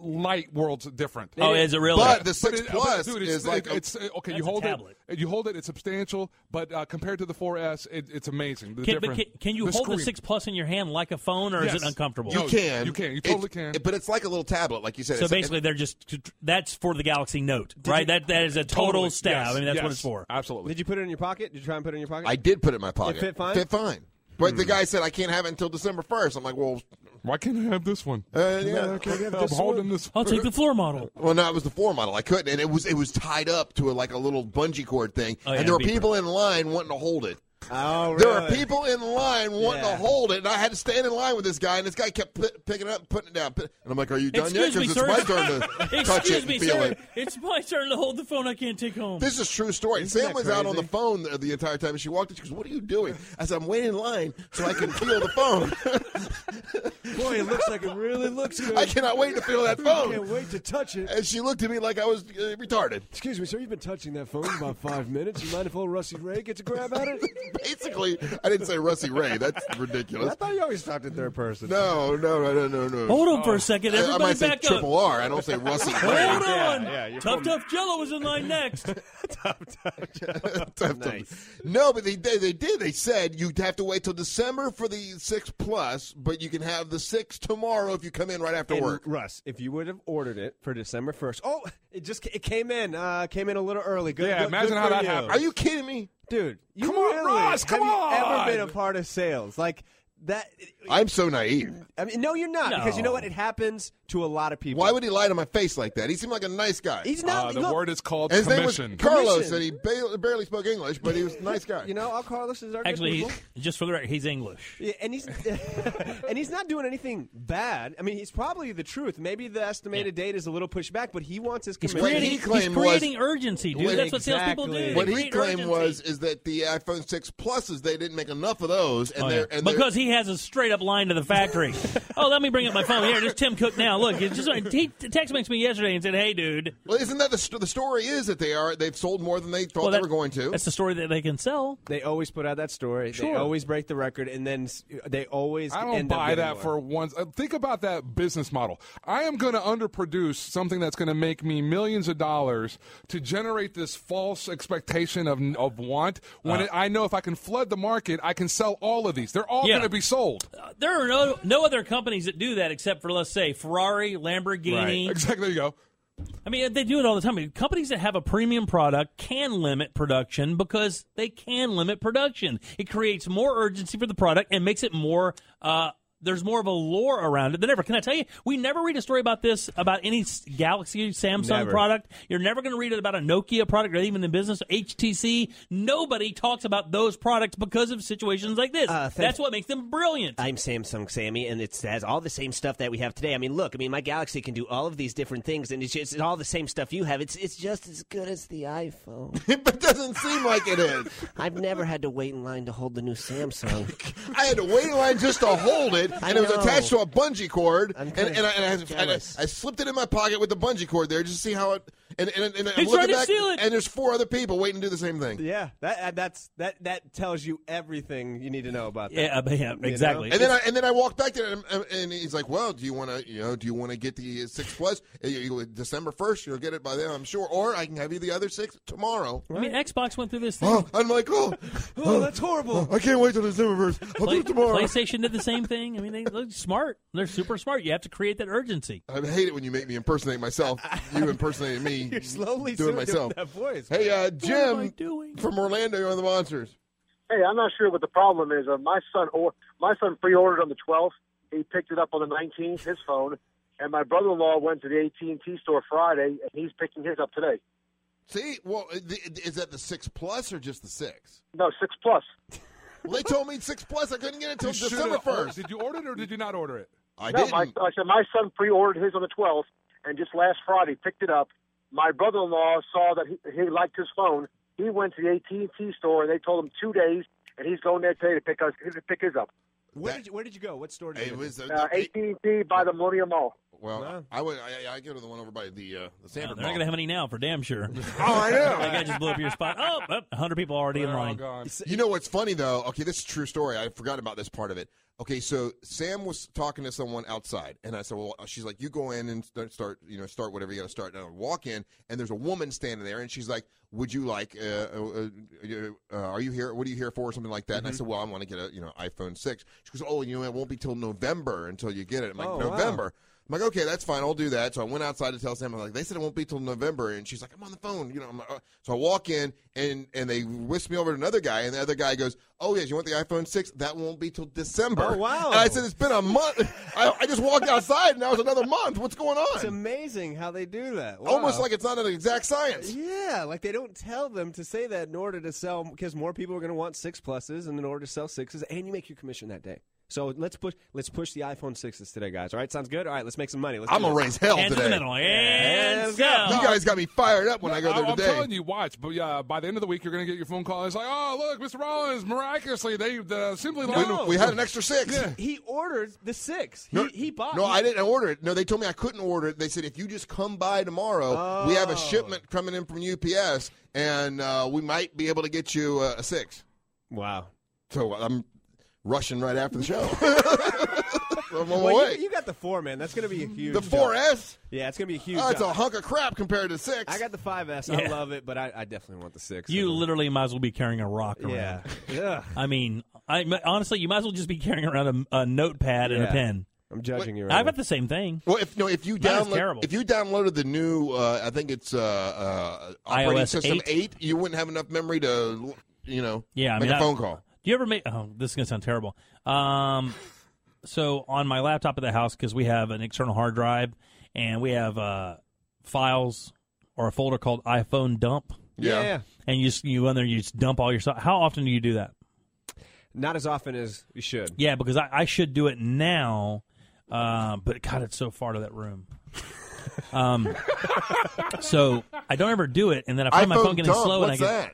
C: light worlds different.
B: oh, is it really?
A: But the
C: But
A: 6
C: it- but
A: Plus
C: dude, it's,
A: is like. a-
C: it's uh, okay.
B: That's
C: You
B: a
C: hold
B: tablet.
C: it, you hold it. It's substantial, but uh, compared to the 4S, it, it's amazing. The
B: can, but
C: difference-
B: can, can you hold the
C: screen.
B: 6 plus in your hand like a phone or is
C: Yes.
B: it uncomfortable?
A: you
C: no,
A: can.
C: you can. You
A: It-
C: totally can.
A: it- but it's like a little tablet, like you said.
B: So
A: It's-
B: basically, they're just that's for the Galaxy Note, right? that that is a total
C: Totally. Yes,
B: stab. I mean, that's what
C: yes,
B: it's for.
C: Absolutely.
D: Did you put it in your pocket? Did you try and put it in your pocket?
A: I did put it in my pocket.
D: fit fine?
A: Fit fine. But the guy said, I can't have it until December 1st. I'm like, well,
C: Why can't I have this one?
A: uh, yeah, okay.
C: I'm holding this.
B: I'll take the floor model.
A: Well, no, it was the floor model. I couldn't, and it was it was tied up to a, like a little bungee cord thing,
B: Oh, yeah,
A: and there were
B: beeper.
A: people in line wanting to hold it.
D: Oh,
A: There were people in line wanting to
D: Yeah.
A: hold it, and I had to stand in line with this guy, and this guy kept p- picking it up, putting it down, p- and I'm like, "Are you done
B: Excuse
A: yet?
B: me,
A: Because
B: sir.
A: it's my
B: (laughs)
A: turn to touch it
B: Excuse
A: and
B: me,
A: feel
B: sir.
A: it."
B: It's my turn to hold the phone. I can't take home.
A: This is true story. Sam
D: that
A: was out on the
D: crazy?
A: phone the, the entire time, and she walked in. She goes, "What are you doing?" I said, "I'm waiting in line so I can feel the phone. (laughs)
D: Boy, it looks like it really looks good.
A: I cannot wait to feel that
D: Can't
A: phone."
D: wait to touch it.
A: And she looked at me like I was uh, retarded. (laughs)
D: Excuse me, sir. You've been touching that phone about five minutes. You mind if old Rusty Ray gets a grab at
A: (laughs)
D: it?
A: Basically, I didn't say Rusty Ray. That's ridiculous.
D: I thought you always talked in third person.
A: No, no, no, no, no, no.
B: Hold on for a second.
A: Oh. I- I
B: Everybody
A: might say
B: back up.
A: triple R. I don't say Rusty. (laughs)
B: Hold
A: Ray.
B: on.
D: yeah, you're
B: tough, tough Jello is in line next.
A: (laughs) No, but they, they they did. They said you'd have to wait till December for the six plus, but you can have the six tomorrow if you come in right after
D: And
A: work.
D: Russ, if you would have ordered it for December first, oh, it just it came in, uh, came in a little early. Good,
C: Yeah,
D: good-
C: imagine
D: good
C: how
D: for
C: that
D: you.
C: happened.
A: Are you kidding me?
D: dude. You
C: Come on,
D: really,
C: Russ, come
D: have you
C: on.
D: ever been a part of sales? Like that
A: I'm so naive.
D: I mean, no, you're not because you know what? It happens to a lot of people.
A: Why would he lie to my face like that? He seemed like a nice guy.
D: He's not- Uh, the look- word is called
A: His name
D: commission.
A: was Carlos,
D: Commission.
A: and he ba- barely spoke English, but he was a nice guy.
D: You know, all Carlos is our good
B: Actually,
D: people.
B: he's, just for the record, he's English.
D: Yeah, and he's (laughs) and he's not doing anything bad. I mean, he's probably the truth. Maybe the estimated date is a little pushed back, but he wants his
B: He's
D: commission.
B: creating- he's creating urgency, dude. That's what salespeople do. They
A: What he
B: create
A: claimed
B: urgency.
A: was is that the iPhone 6 Pluses they didn't make enough of those, and
B: Oh,
A: they're
B: yeah.
A: and
B: because he has a straight up line to
A: (laughs)
B: the factory. oh, let me bring up my phone here. There's Tim Cook now. Look, it's just he text makes me yesterday and said, "Hey, dude."
A: Well, isn't that the, st- the story? Is that they are they've sold more than they thought
B: Well,
A: they
B: that-
A: were going to.
B: That's the story that they can sell.
D: They always put out that story. They
A: Sure.
D: always break the record, and then s- they always.
C: I don't
D: end up
C: buy
D: getting
C: that
D: more.
C: for once. Uh, Think about that business model. I am going to underproduce something that's going to make me millions of dollars to generate this false expectation of, of want. When
B: Uh.
C: it, I know if I can flood the market, I can sell all of these. They're all
B: Yeah.
C: going to be sold.
B: There are no no other companies that do that except for let's say Ferrari, Lamborghini.
C: Right. Exactly. There you go.
B: I mean, they do it all the time. I mean, companies that have a premium product can limit production because they can limit production. It creates more urgency for the product and makes it more. Uh, there's more of a lore around it than ever. Can I tell you? We never read a story about this about any s- Galaxy, Samsung
D: Never.
B: product. You're never going to read it about a Nokia product or even in business HTC. Nobody talks about those products because of situations like this.
J: Uh, thank-
B: That's what makes them brilliant.
J: I'm Samsung Sammy, and it has all the same stuff that we have today. I mean, look, I mean, my Galaxy can do all of these different things, and it's just it's all the same stuff you have. It's it's just as good as the
D: (laughs)
J: iPhone.
A: (laughs) it doesn't seem like it is.
J: I've never had to wait in line to hold the new Samsung.
A: I had to wait in line just to
D: (laughs)
A: hold it,
J: I
A: and it was
J: know.
A: attached to a bungee cord, and,
J: kinda
A: and, I, and, I, and I-
J: jealous.
A: I slipped it in my pocket with the bungee cord there just to see how it. And, and, and I'm
D: He's
A: looking
D: trying to
A: back,
D: steal it.
A: and there's four other people waiting to do the same thing.
D: (laughs) Yeah, that uh, that's that that tells you everything you need to know about that.
B: Yeah, uh, yeah,
D: You know?
B: exactly.
A: And then I and then I walked back to him, and- and he's like, "Well, do you want to, you know, do you want to get the six plus Uh, you- you- December first? You'll get it by then, I'm sure. Or I can have you the other six tomorrow."
B: I mean, Xbox went through this thing.
A: Oh, (gasps) I'm like, oh,
B: (laughs) Oh, that's
D: horrible. (laughs)
A: I can't wait till December first. I'll do
B: Play-
A: it tomorrow.
B: PlayStation did the same thing. I mean, they look smart. They're super smart. You have to create that urgency.
A: I hate it when you make me impersonate mymyself. You impersonated me.
B: (laughs) You're slowly
A: doing
B: doing
A: myself.
B: that voice.
A: Hey, uh,
B: What am
A: Jim
B: I
A: from Orlando, you're on the monsters.
K: Hey, I'm not sure what the problem is. Uh, my son, or my son pre-ordered on the 12th. He picked it up on the 19th, his phone, and my brother-in-law went to the AT&T store Friday, and he's picking his up today.
A: See, well, uh, the- is that the six plus or just the six?
K: No, six plus.
A: Well, they told me six plus. I couldn't get it until
C: You should've
A: December
C: ordered-
A: first.
C: Did you order it or did you not order it?
A: I
K: no, my, I said my son pre-ordered his on the 12th, and just last Friday picked it up. My brother-in-law saw that he, he liked his phone. He went to the AT&T store, and they told him two days, and he's going there today to pick us to pick his up.
D: Where did you, where did you go? What store did you
A: It
D: go?
A: was,
D: to?
A: uh,
K: Uh, AT&T by the Millennium Mall.
A: Well, I would. I, I go to the one over by the uh, the
B: No,
A: Sanford.
B: they're not going to have any now, for
A: (laughs)
B: damn sure. oh,
A: I know.
B: That guy just blew up your spot. Oh, oh, 100 people already in line.
A: You know what's funny though? Okay, this is a true story. I forgot about this part of it. Okay, so Sam was talking to someone outside, and I said, "Well," uh," she's like, "You go in and start, start you know, start whatever you got to start." And I walk in, and there's a woman standing there, and she's like, "Would you like? Uh, uh, uh, uh, are you here? What are you here for?" Or something like that. And I
L: Mhm.
A: said, "Well, I want to get a you know iPhone 6. She goes, "Oh, you know, it won't be till November until you get it." I'm like,
L: Oh, wow.
A: "November." I'm like, okay, that's fine. I'll do that. So I went outside to tell Sam. I'm like, they said it won't be till November, and she's like, I'm on the phone. You know, I'm like, uh. so I walk in and and they whisk me over to another guy, and the other guy goes, Oh yes, you want the iPhone six? That won't be till December.
D: Oh, wow.
A: And I said, It's been a month. (laughs) I, I just walked outside, and now it's another month. What's going
D: It's
A: on?
D: amazing how they do that.
A: Almost
D: Wow.
A: like it's not an exact science.
D: Yeah, like they don't tell them to say that in order to sell because more people are going to want six pluses, and in order to sell sixes, and you make your commission that day. So let's push let's push the iPhone sixes today, guys. All right, sounds good. All right, let's make some money. Let's
A: I'm
D: do
A: gonna
D: this.
A: raise hell Hands in the today. middle. And go. You guys got me fired up when I go there
C: I'm
A: today.
C: telling you, watch. But uh, by the end of the week, you're going to get your phone call. It's like, oh, look, Mr. Rollins, miraculously, they uh, simply
A: No. We- we had an extra six.
D: He ordered the six.
A: No,
D: he, he bought.
A: No, I didn't order it. No, they told me I couldn't order it. They said if you just come by tomorrow, we
D: Oh.
A: have a shipment coming in from UPS, and uh, we might be able to get you uh, a six.
D: Wow.
A: So I'm rushing right after the show. (laughs) I'm on my
D: Well,
A: way.
D: you, you got the four, man. That's going to be a huge.
A: The 4S?
D: jump. Yeah, it's going to be a huge.
A: Oh, it's a
D: jump.
A: hunk of crap compared to six.
D: I got the 5S. I
B: Yeah.
D: love it, but I, I definitely want the six.
B: You literally might as well be carrying a rock around.
D: Yeah. Yeah.
B: I mean, I, honestly, you might as well just be carrying around a, a notepad and a
D: Yeah.
B: pen.
D: I'm judging you.
B: I've got the same thing.
A: Well, if no, if you
B: Mine is
A: download,
B: terrible.
A: if you downloaded the new, uh, I think it's uh, uh, operating
B: iOS
A: system
B: 8?
A: you wouldn't have enough memory to, you know,
B: Yeah, I
A: make
B: mean,
A: a
B: I-
A: phone call.
B: Do Do you ever make? Oh, this is gonna sound terrible. Um, so on my laptop at the house because we have an external hard drive and we have uh, files or a folder called iPhone dump.
D: Yeah. Yeah.
B: And you just, you go in there, you just dump all your stuff. How often do you do that?
D: Not as often as you should.
B: Yeah, because I, I should do it now, uh, but God, it's so far to that room. Um, so I don't ever do it, and then I find my
G: iPhone
B: phone getting
G: dump,
B: slow, and I
G: what's
B: get
G: that?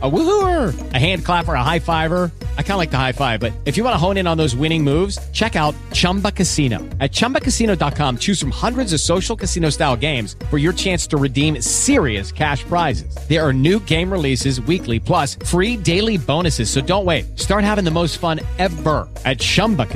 G: A woohooer, a hand clapper, a high fiver. I kind of like the high five, but if you want to hone in on those winning moves, check out Chumba Casino. At chumbacasino.com, choose from hundreds of social casino style games for your chance to redeem serious cash prizes. There are new game releases weekly, plus free daily bonuses. So don't wait. Start having the most fun ever at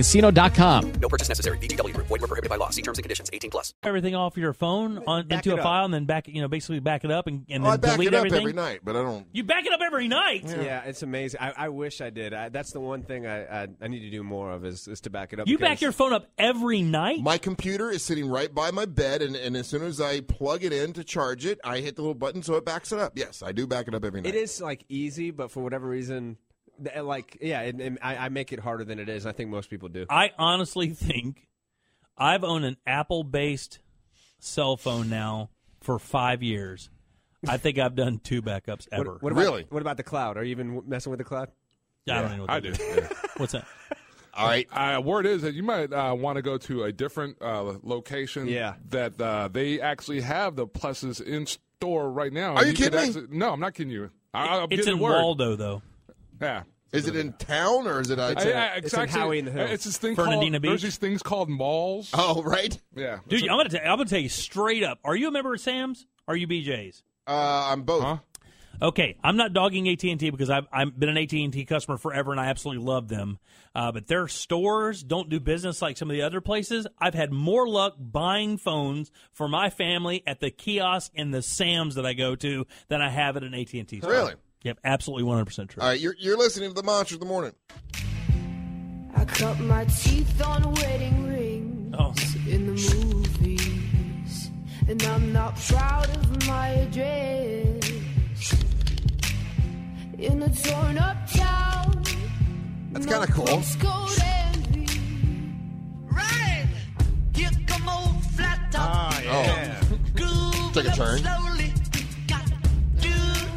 G: chumbacasino.com.
H: No purchase necessary. VGW Group. Void were prohibited by law. See terms and conditions. 18 plus.
B: everything off your phone on, into a file and then back you know basically back it up and, and
A: Well, Oh, I
B: then
A: back
B: delete
A: it up
B: everything
A: every night, but I don't.
B: you back it up every night
D: Yeah, it's amazing. I, I wish I did. I, that's the one thing I, I, I need to do more of is, is to back it up.
B: you
D: because-
B: back your phone up every night
A: My computer is sitting right by my bed, and, and as soon as I plug it in to charge it, I hit the little button so it backs it up. Yes, I do back it up every night.
D: It is like easy, but for whatever reason, th- like yeah, it, it- I, I make it harder than it is. I think most people do.
B: i honestly think i've owned an apple based cell phone now for five years i think i've done two backups
D: What-
B: ever
D: What about, What about the cloud? Are you even w- messing with the cloud?
B: I don't even know what
C: I
B: that
C: do. (laughs)
B: is. what's that
A: All right.
C: Uh, word is that you might uh, want to go to a different uh, location.
D: Yeah.
C: That uh, they actually have the pluses in store right now.
A: Are you
C: could
A: kidding me?
C: actually- no, I'm not kidding you. I, I'm
B: it's
C: getting
B: in
C: word.
B: waldo though
C: Yeah.
A: Is it in town or is it?
C: I- I- exactly. It's this thing
B: Fernandina
C: called, There's
B: Beach?
C: these things called malls.
A: Oh, right.
C: Yeah.
B: dude i'm gonna t- i'm gonna tell you straight up are you a member of sam's are you bj's
A: Uh, I'm both.
B: Okay, I'm not dogging AT and T because I've I've been an AT and T customer forever and I absolutely love them. Uh, but their stores don't do business like some of the other places. I've had more luck buying phones for my family at the kiosk in the Sam's that I go to than I have at an AT and T.
A: Really?
B: Yep, absolutely 100 percent true.
A: All right, you're you're listening to the Monster of the Morning.
L: I cut my teeth on wedding rings
B: Oh,
L: in the movies, and I'm not proud of my address. In a torn up town,
A: That's kind of cool.
L: cold envy. Right, here come old flat top.
A: Ah, yeah. Took a turn.
L: Slowly, got do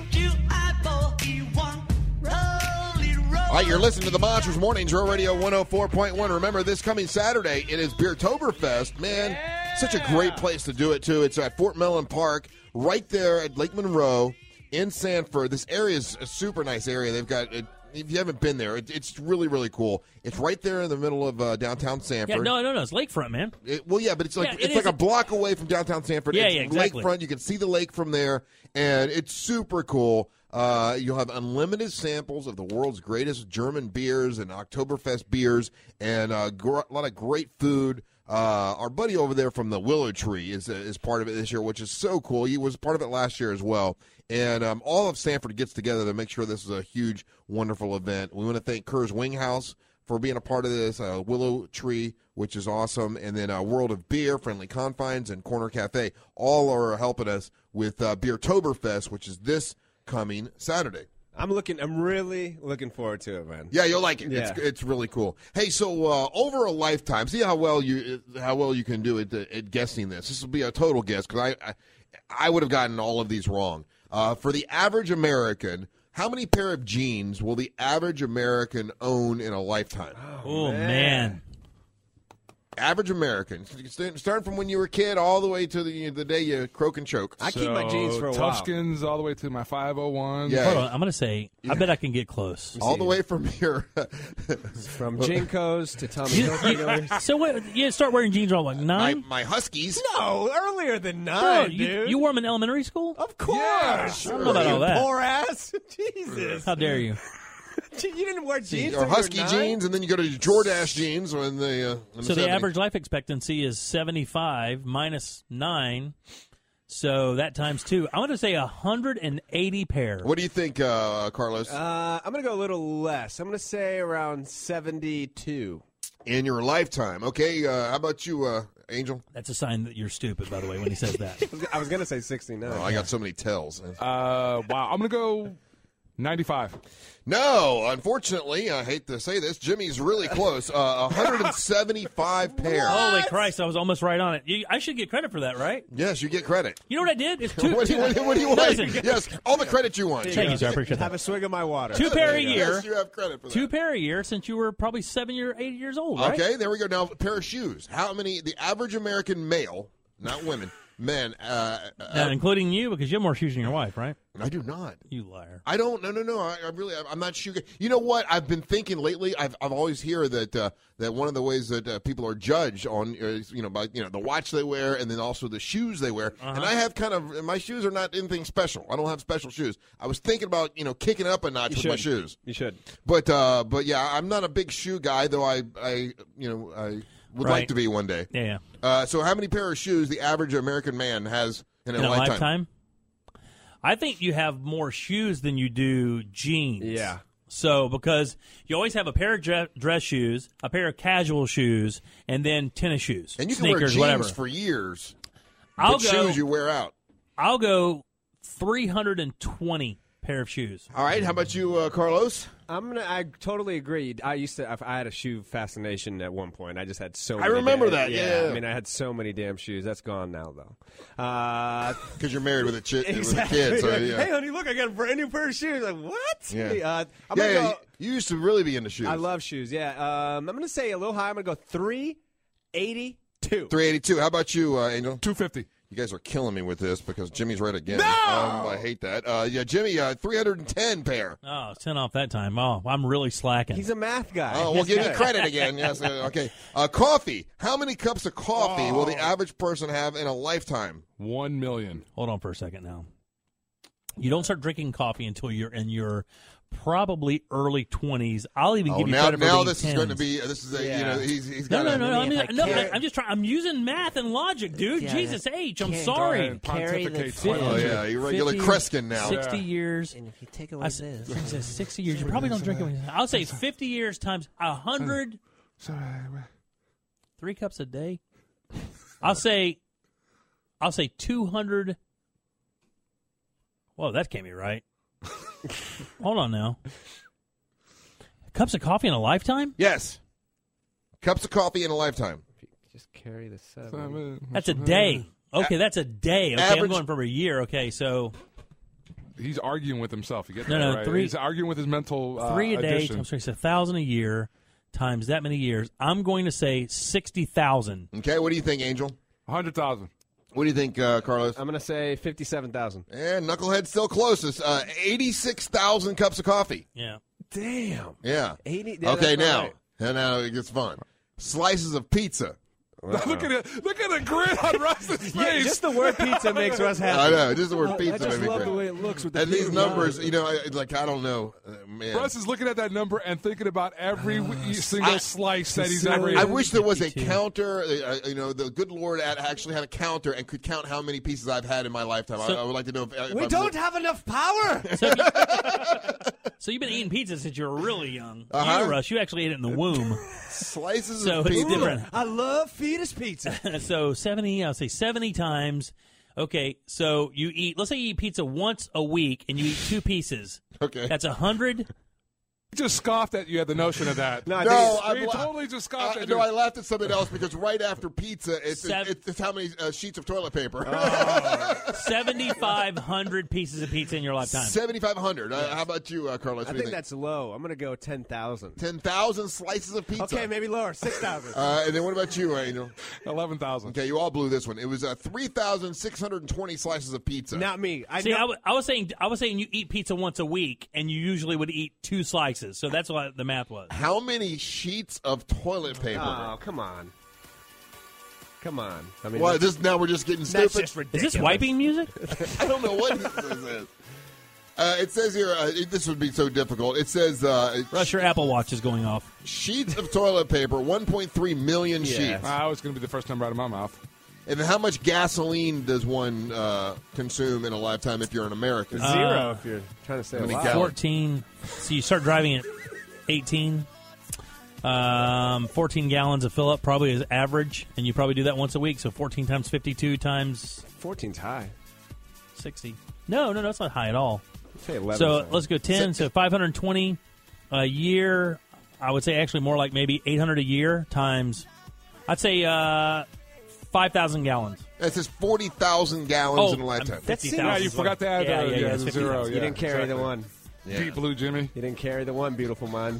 L: do eyeball. He want rolly roll.
A: All right, you're listening to the Monsters Morning Joe Radio 104.1. Remember, this coming Saturday, it is Beertoberfest. Man, such a great place to do it, too. It's at Fort Mellon Park, right there at Lake Monroe in Sanford. This area is a super nice area. They've got, it, if you haven't been there, it, it's really, really cool. It's right there in the middle of uh, downtown
B: Yeah,
A: Sanford.
B: no, no, no, it's lakefront, man.
A: It- well, yeah, but it's like
B: Yeah, it
A: it's like
B: is-
A: a block away from downtown Sanford.
B: Yeah,
A: it's
B: yeah, exactly.
A: Lakefront. You can see the lake from there, and it's super cool. Uh, you'll have unlimited samples of the world's greatest German beers and Oktoberfest beers, and uh, gr- a lot of great food. Uh, our buddy over there from the Willow Tree is uh, is part of it this year, which is so cool. He was part of it last year as well, and um, all of Sanford gets together to make sure this is a huge, wonderful event. We want to thank Kerr's Wing House for being a part of this. Uh, Willow Tree, which is awesome, and then uh, World of Beer, Friendly Confines, and Corner Cafe all are helping us with uh, Beertoberfest, which is this coming Saturday.
D: I'm looking. I'm really looking forward to it, man.
A: Yeah, you'll like it.
D: Yeah.
A: It's, it's really cool. Hey, so uh, over a lifetime, see how well you how well you can do at, at guessing this. This will be a total guess because I, I I would have gotten all of these wrong. Uh, for the average American, how many pair of jeans will the average American own in a lifetime?
B: Oh man,
A: average American, st- starting from when you were a kid all the way to the the day you croak and choke.
C: So, Tuskins all the way to my 501.
A: Yeah.
B: Hold on, I'm gonna say. I bet I can
A: (laughs)
B: get close.
A: all the way from here,
D: from Jinkos to Tommy
B: You- you- so what? You start wearing jeans around like nine.
A: (laughs) My, Huskies.
D: No, earlier than
B: Bro,
D: nine,
B: you,
D: dude.
B: you wore them in elementary school?
D: Of course.
B: Yeah, sure. I don't know about
D: you
B: all that.
D: Poor ass. (laughs)
B: (laughs)
D: Jesus.
B: How dare you?
D: You didn't wear jeans. till
A: or
D: you were
A: husky
D: nine?
A: jeans, and then you go to Jordash jeans when they. Uh, in
B: So
A: 70s.
B: the average life expectancy is 75 minus 9. So that times 2. I want to say 180 pair.
A: What do you think, uh, Carlos?
D: Uh, I'm gonna go a little less. I'm gonna say around seventy-two.
A: in your lifetime, okay? Uh, how about you, uh, Angel?
B: That's a sign that you're stupid, by the way, when he says
A: (laughs)
B: that.
D: I was gonna say sixty nine.
A: Oh, I got so many tells.
C: Uh, wow. I'm gonna go ninety-five.
A: No, unfortunately, I hate to say this. Jimmy's really close. Uh,
B: (laughs)
A: 175 pair.
B: Holy Christ, I was almost right on it. You, I should get credit for that, right?
A: Yes, you get credit.
B: You know what I did? It's two,
A: What do you- what do you- what do
B: (laughs)
A: you
B: No,
A: want?
B: listen.
A: Yes, all the credit you want.
B: Thank you, sir. I appreciate that.
D: Have a swig of my water.
B: Two pair a
A: Yes, you
B: year.
A: have credit for that.
B: Two pair a year since you were probably seven or eight years old, right?
A: Okay, there we go. Now, a pair of shoes. How many? The average American male, not women, (laughs) men. Uh,
B: Now,
A: uh,
B: including you, because you have more shoes than your wife, right?
A: I do not.
B: You liar.
A: I don't. No, no, no. I, I really. I'm not sure. You know what? I've been thinking lately. I've I've always hear that uh, that one of the ways that uh, people are judged on uh, is you know by you know the watch they wear and then also the shoes they wear.
B: Uh-huh.
A: And I have kind of my shoes are not anything special. I don't have special shoes. I was thinking about you know kicking it up a notch with my shoes.
D: You should.
A: But uh, but yeah, I'm not a big shoe guy though. I I you know I would like
B: Right.
A: to be one day.
B: Yeah, yeah.
A: Uh, so how many pair of shoes the average American man has in a, lifetime?
B: I think you have more shoes than you do jeans.
D: Yeah.
B: So because you always have a pair of dre- dress shoes, a pair of casual shoes, and then tennis shoes,
A: And you can
B: sneakers,
A: wear jeans
B: whatever.
A: for years.
B: I'll
A: but
B: go-
A: shoes you wear out.
B: I'll go 320 pair of shoes.
A: All right, how about you, uh, Carlos?
D: I'm gonna. I totally agree. I used to. I had a shoe fascination at one point. I just had so.
A: I
D: many
A: remember
D: damn-
A: that, yeah.
D: I mean, I had so many damn shoes. That's gone now, though.
A: (laughs)
D: Because
A: you're married with a chick,
D: exactly.
A: with a kid. So, yeah.
D: Hey, honey, look! I got a brand new pair of shoes. Like what? Uh,
A: Yeah.
D: I'm
A: yeah,
D: gonna
A: yeah,
D: go-
A: you- you used to really be into shoes.
D: I love shoes. Yeah. Um, I'm gonna say a little high. I'm gonna go three eighty two.
A: 382. How about you, uh, Angel?
C: 250.
A: You guys are killing me with this because Jimmy's right again. No! Um, I hate that. Uh, yeah, Jimmy, uh, 310 pair.
B: Oh, 10 off that time. Oh, I'm really slacking.
D: He's a math guy.
B: (laughs)
A: Oh, we'll give you credit again. Yes. uh, Okay. Uh, coffee. How many cups of coffee will
B: Oh.
A: the average person have in a lifetime?
C: One million.
B: Hold on for a second now. You don't start drinking coffee until you're in your probably early 20s. I'll even
A: Oh,
B: give you
A: now,
B: credit for
A: now
B: being
A: this is
B: 10s.
A: going to be. This is a. You know, he's, he's
B: no,
A: got
B: no,
A: a-
B: no, no. I mean, no, I, I'm just trying. I'm using math and logic, dude.
A: Yeah,
B: Jesus H. I'm
A: can't
B: sorry.
A: go pontificate
B: Carry the
A: Oh, yeah, you're regular
B: 50,
A: Kreskin now.
B: 60
A: Yeah.
B: years.
F: And if you take
B: I
F: away
B: s-
F: this,
B: I
A: (laughs)
B: said 60 years. You probably don't drink it. when you- I'll say 50 years times 100. Three cups a day. I'll say. I'll say 200. Whoa, that can't
A: (laughs)
B: be right. Hold on now. Cups of coffee in a lifetime?
A: Yes. Cups of coffee in a lifetime.
D: Just carry the
C: seven.
B: That's a day.
A: Mm-hmm.
B: Okay, that's a day. Okay, I'm
C: average-
B: going from a year. Okay, so
C: He's arguing with himself. You get
B: No,
C: that
B: no,
C: right.
B: three-
C: He's arguing with his mental uh,
B: three a day
C: addition.
B: times three, so a thousand a year times that many years. I'm going to say sixty thousand.
A: Okay, what do you think, Angel?
C: 100,000.
A: What do you think, uh, Carlos?
D: I'm gonna say fifty-seven thousand.
A: And Knucklehead's still closest. Uh, 86,000 cups of coffee.
B: Yeah.
D: Damn.
A: Yeah.
D: 80 yeah,
A: okay,
D: that's
A: now.
D: right.
A: And now it gets fun. Slices of pizza.
C: (laughs) look at it. Look at the grin
B: (laughs)
C: on Russ's face.
D: Yeah, just the word pizza makes us happy.
A: (laughs) I know, just the word pizza made me cringe.
C: it looks with
A: And these numbers, you know, I, like, I don't know. Uh, man.
C: Russ is looking at that number and thinking about every
B: Uh,
C: w- single
A: I-
C: slice that he's ever eaten.
A: I wish there was a counter. Uh, you know, the good Lord had- actually had a counter and could count how many pieces I've had in my lifetime. I,
B: So-
A: I would like to know if, if
D: We
A: I'm-
D: don't have enough
A: (laughs)
D: power.
B: So you've been eating pizza since you were really young.
A: Uh-huh.
B: You, Rush, you actually ate it in the womb.
A: slices
B: So
A: of
B: it's
A: pizza.
B: different.
D: I love fetus pizza.
B: (laughs) so seventy, I'll say seventy times. Okay, so you eat. Let's say you eat pizza once a week and you eat two pieces.
A: Okay,
B: that's a hundred.
C: just scoffed at you at the notion of that.
D: No, I
A: (laughs) No, I'm
C: you
A: la-
C: totally just scoffed
A: I-
C: at
A: no,
C: you.
A: I laughed at something else because right after pizza, it's,
B: Sev-
A: it's, it's how many uh, sheets of toilet (laughs) paper.
B: Seventy-five hundred pieces of pizza in your lifetime.
A: Seventy-five hundred. Uh, how about you, uh, Carlos?
D: I
A: What do
D: think
A: you
D: that's low. I'm gonna go ten thousand.
A: ten thousand slices of pizza.
D: Okay, maybe lower. Six thousand.
A: Uh, and then what about you, Angel?
C: Eleven thousand.
A: Okay, you all blew this one. It was uh, three thousand six hundred and twenty slices of pizza.
D: Not me. I
B: See,
D: know.
B: I wa- I was saying, I was saying you eat pizza once a week, and you usually would eat two slices. So that's what the math was.
A: how many sheets of toilet paper?
D: oh, come on. Come on. I mean,
A: Why
D: that's-
A: this now we're just getting stupid?
D: That's just
B: Is
D: ridiculous.
B: this wiping music?
A: (laughs) I don't know what this is. (laughs) Uh, it says here, uh, it- this would be so difficult. It says uh,
B: Rush, your Apple Watch is going off.
A: sheets of toilet paper, 1.3 million sheets.
C: I was going to be the first number out of my mouth.
A: And then how much gasoline does one uh, consume in a lifetime if you're an American?
D: Zero if
B: Uh,
D: you're trying to say
A: How many
D: alive.
A: gallons?
B: Fourteen. So you start driving at eighteen. Um, 14 gallons of fill up probably is average, and you probably do that once a week. So 14 times 52 times
D: 14's high.
B: 60. No, no, no, it's not high at all.
D: Say 11
B: So
D: something.
B: let's go 10. So 520 a year. I would say actually more like maybe 800 a year times, I'd say uh, 5,000 gallons.
A: That says 40,000 gallons
B: Oh,
A: in a lifetime.
B: I'm 50,000 Yeah, you is forgot what- to add, yeah, uh, yeah, yeah, yeah, it's the 50,000. zero,
D: You
B: yeah,
D: didn't carry the
B: exactly.
D: one.
A: Yeah.
D: Deep
C: blue, Jimmy.
D: You didn't carry the one, beautiful mind.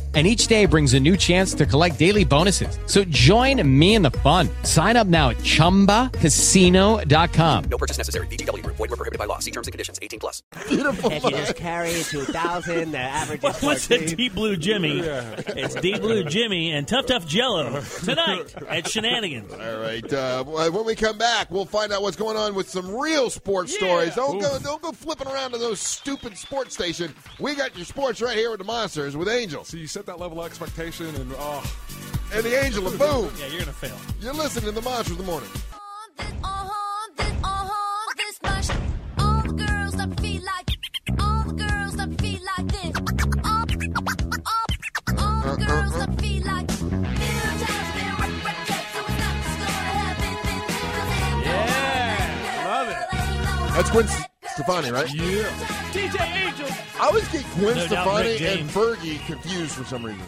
G: and each day brings a new chance to collect daily bonuses. So join me in the fun. Sign up now at ChumbaCasino.com.
H: No purchase necessary. VGW Group. Void were prohibited by law. See terms and conditions. 18 plus.
J: Beautiful. If you just carry it to a
G: (laughs)
J: thousand, the average is
B: What's a
J: 14.
B: deep blue Jimmy? It's deep blue Jimmy and tough tough Jello (laughs) tonight at Shenanigans.
A: All right. Uh, when we come back, we'll find out what's going on with some real sports stories. Don't go,
C: Oof.
A: don't go flipping around to those stupid sports station. We got your sports right here with the monsters with Angel
C: So you set that level of expectation, and oh,
A: and the Angel, and boom,
B: Yeah, you're gonna fail.
A: you're listening to the monsters in the morning.
L: All the girls that feel like, all the girls that feel like this. All, all, all the girls that feel like.
A: That's Gwen Stefani, right? Yeah.
L: DJ Angel.
A: I always get Gwen
C: No doubt
A: Stefani
C: Rick
A: and
C: James.
A: Fergie confused for some reason.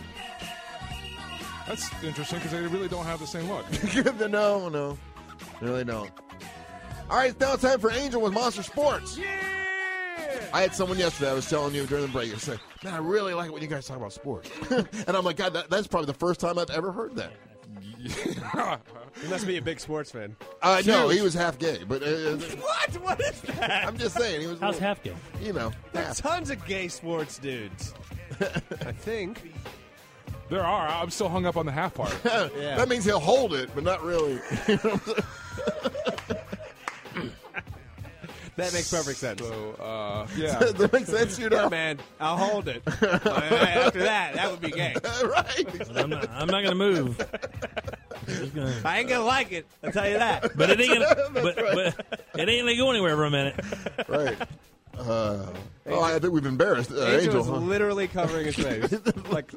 C: that's interesting because they really don't have the same look. (laughs)
A: no, no, really don't. All right, it's now time for Angel with Monster Sports. Yeah. I had someone yesterday. I was telling you during the break. I said, "Man, I really like it when you guys talk about sports," (laughs) and I'm like, "God, that, that's probably the first time I've ever heard that."
D: You must be a big sports fan.
A: Uh, no,
D: Huge.
A: he was half gay, but uh,
D: What? What is that?
A: I'm just saying he was. a
B: How's
A: little-
B: half gay?
A: You know,
D: There are
A: half.
D: tons of gay sports
J: (laughs)
D: dudes. I think.
C: There are. I'm still hung up on the half part.
D: Yeah.
A: that means he'll hold it, but not really.
D: That makes perfect sense.
C: So,
D: (laughs)
C: uh, yeah.
A: (laughs) that makes sense, you know.
D: Yeah, man, I'll hold (laughs) it. After that, that would be gay.
A: (laughs) right?
B: I'm not, I'm not gonna move. Just (laughs) gonna-
D: I ain't gonna like it. I'll tell you that.
B: but it ain't (laughs) gonna, but, but it ain't gonna go anywhere for a minute.
A: Right. (laughs) Uh, oh, I think we've embarrassed uh,
D: Angel
A: Angel.
D: is
A: huh?
D: literally covering
A: (laughs)
D: his face. like,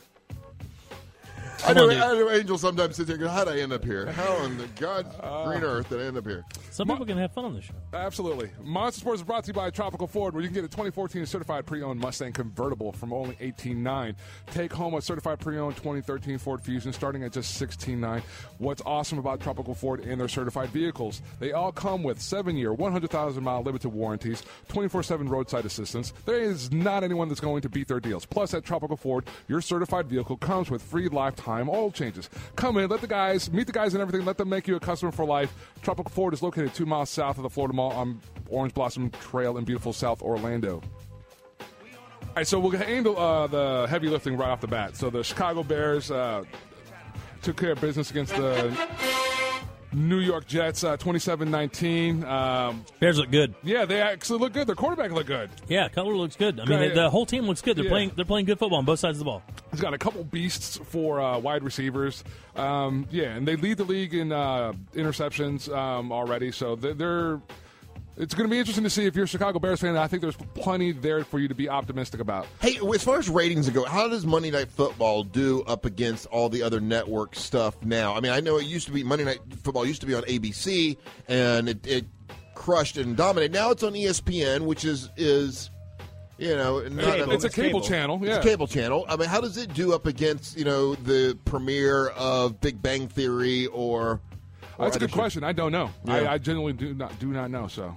A: I know,
B: on, dude.
A: I know Angel sometimes sits there and goes, How'd I end up here? How on the
C: (laughs)
A: God's
C: Ah.
A: green earth did I end up here?
B: Some people can have fun on this show.
C: Absolutely. Monster Sports is brought to you by Tropical Ford, where you can get a 2014 certified pre-owned Mustang convertible from only 18.9. Take home a certified pre-owned 2013 Ford Fusion starting at just 16.9. What's awesome about Tropical Ford and their certified vehicles? They all come with 7-year, 100,000-mile limited warranties, 24/7 roadside assistance. There is not anyone that's going to beat their deals. Plus, at Tropical Ford, your certified vehicle comes with free lifetime oil changes. Come in, let the guys meet the guys and everything. Let them make you a customer for life. Tropical Ford is located two miles south of the Florida Mall on Orange Blossom Trail in beautiful South Orlando. All right, so we'll handle uh, the heavy lifting right off the bat. So the Chicago Bears uh, took care of business against the New York Jets, uh, 27-19. Um,
B: Bears look good.
C: yeah, they actually look good. Their quarterback looked good.
B: Yeah, Cutler looks good. I mean,
C: Yeah,
B: the-
C: yeah.
B: the whole team looks good. They're
C: Yeah.
B: playing. They're playing good football on both sides of the ball.
C: He's got a couple beasts for uh, wide receivers. Um, yeah, and they lead the league in uh, interceptions um, already. So they're. they're it's going to be interesting to see if you're a Chicago Bears fan. I think there's plenty there for you to be optimistic about.
A: Hey, as far as ratings go, how does Monday Night Football do up against all the other network stuff now? I mean, I know it used to be Monday Night Football used to be on ABC, and it, it crushed and dominated. Now it's on E ESPN, which is is you know not
C: It's a cable, channel. Yeah.
A: It's a cable channel. I mean, how does it do up against you know the premiere of Big Bang Theory or? or
C: That's a
A: other
C: good
A: shows?
C: question. I don't know. I,
A: Yeah.
C: I genuinely do not do not know. So,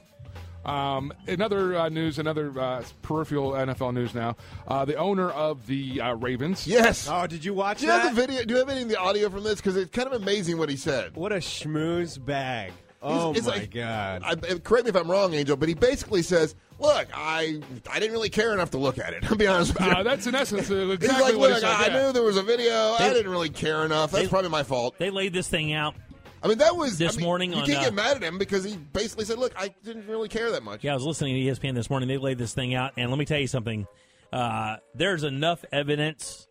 C: um, another uh, news, another uh, peripheral NFL news now. Uh, the owner of the uh, Ravens.
A: Yes.
D: oh, did you watch
A: Do you have
D: that?
A: the video? Do you have any of the audio from this? Because it's kind of amazing what he said.
D: What a schmooze bag. Oh
A: He's- it's
D: my
A: like-
D: god.
A: I, uh, correct me if I'm wrong, Angel, but he basically says, "Look, I I didn't really care enough to look at it. (laughs) I'll be honest with you."
C: Uh, that's in essence uh, exactly
A: (laughs) He's like,
C: what he
A: "Look,
C: said,
A: I, I
C: yeah.
A: knew there was a video. I didn't really care enough. That's probably my fault."
B: They laid this thing out
A: I mean, that was
B: This
A: I mean,
B: morning
A: You
B: on,
A: can't
B: uh,
A: get mad at him because he basically said, "Look, I didn't really care that much."
B: Yeah, I was listening to E ESPN this morning. They laid this thing out, and let me tell you something. Uh, there's enough evidence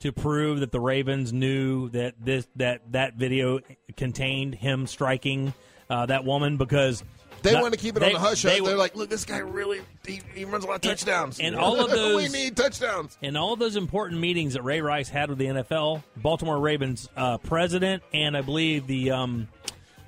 B: to prove that the Ravens knew that this that that video contained him striking uh, that woman because
A: They
B: not-
A: wanted to keep it
B: they-
A: on the hush. hush.
B: they-
A: They're like, "Look, this guy really he, he runs a lot of touchdowns."
B: and all
A: (laughs)
B: of
A: we
B: those-
A: need touchdowns.
B: In all of those important meetings that Ray Rice had with the NFL, Baltimore Ravens uh, president, and I believe the um,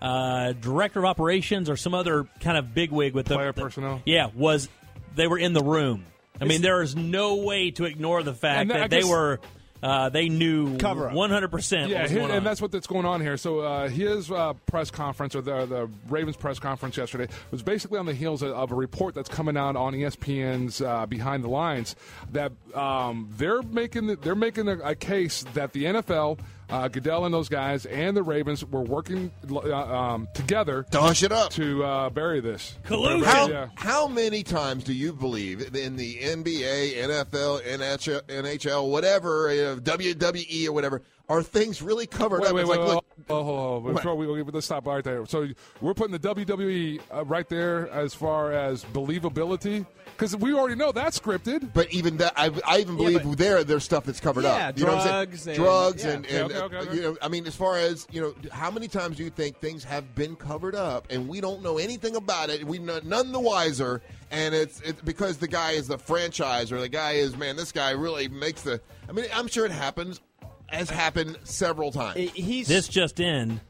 B: uh, director of operations or some other kind of bigwig with the
C: Player
B: the-
C: personnel.
B: yeah, was they were in the room. I mean, there is no way to ignore the fact
C: And I
B: that they
C: guess-
B: were uh, they knew
C: Cover up.
B: one hundred percent.
C: Yeah,
B: what was
C: here-
B: going on.
C: and that's what that's going on here. So uh, his uh, press conference or the, the Ravens press conference yesterday was basically on the heels of, of a report that's coming out on E ESPN's uh, Behind the Lines that um, they're making the, they're making a, a case that the NFL. Uh, Goodell and those guys and the Ravens were working uh, um, together
A: to hush it up
C: to uh, bury this
A: How,
C: Yeah.
A: how many times do you believe in the NBA, NFL, NHL, NHL whatever, uh, WWE or whatever, are things really covered
C: Wait,
A: up?
C: wait,
A: It's
C: wait,
A: like,
C: wait,
A: look,
C: hold on, hold on, hold on.
A: What?
C: oh, Before we, we- let's stop right there. So we're putting the WWE uh, right there as far as believability because we already know that's scripted.
A: But even that, I, I even believe there there's stuff that's covered
C: Yeah,
A: up. You know what I'm
C: drugs
A: saying?
C: and-
A: drugs
C: yeah.
A: and,
C: Okay,
A: and
C: okay, okay,
A: uh,
C: okay.
A: you know, I mean, as far as you know, how many times do you think things have been covered up and we don't know anything about it? We know, none the wiser, and it's, it's because the guy is the franchise or the guy is man, this guy really makes the. I mean, I'm sure it happens, has happened several times.
D: He's
B: this just in.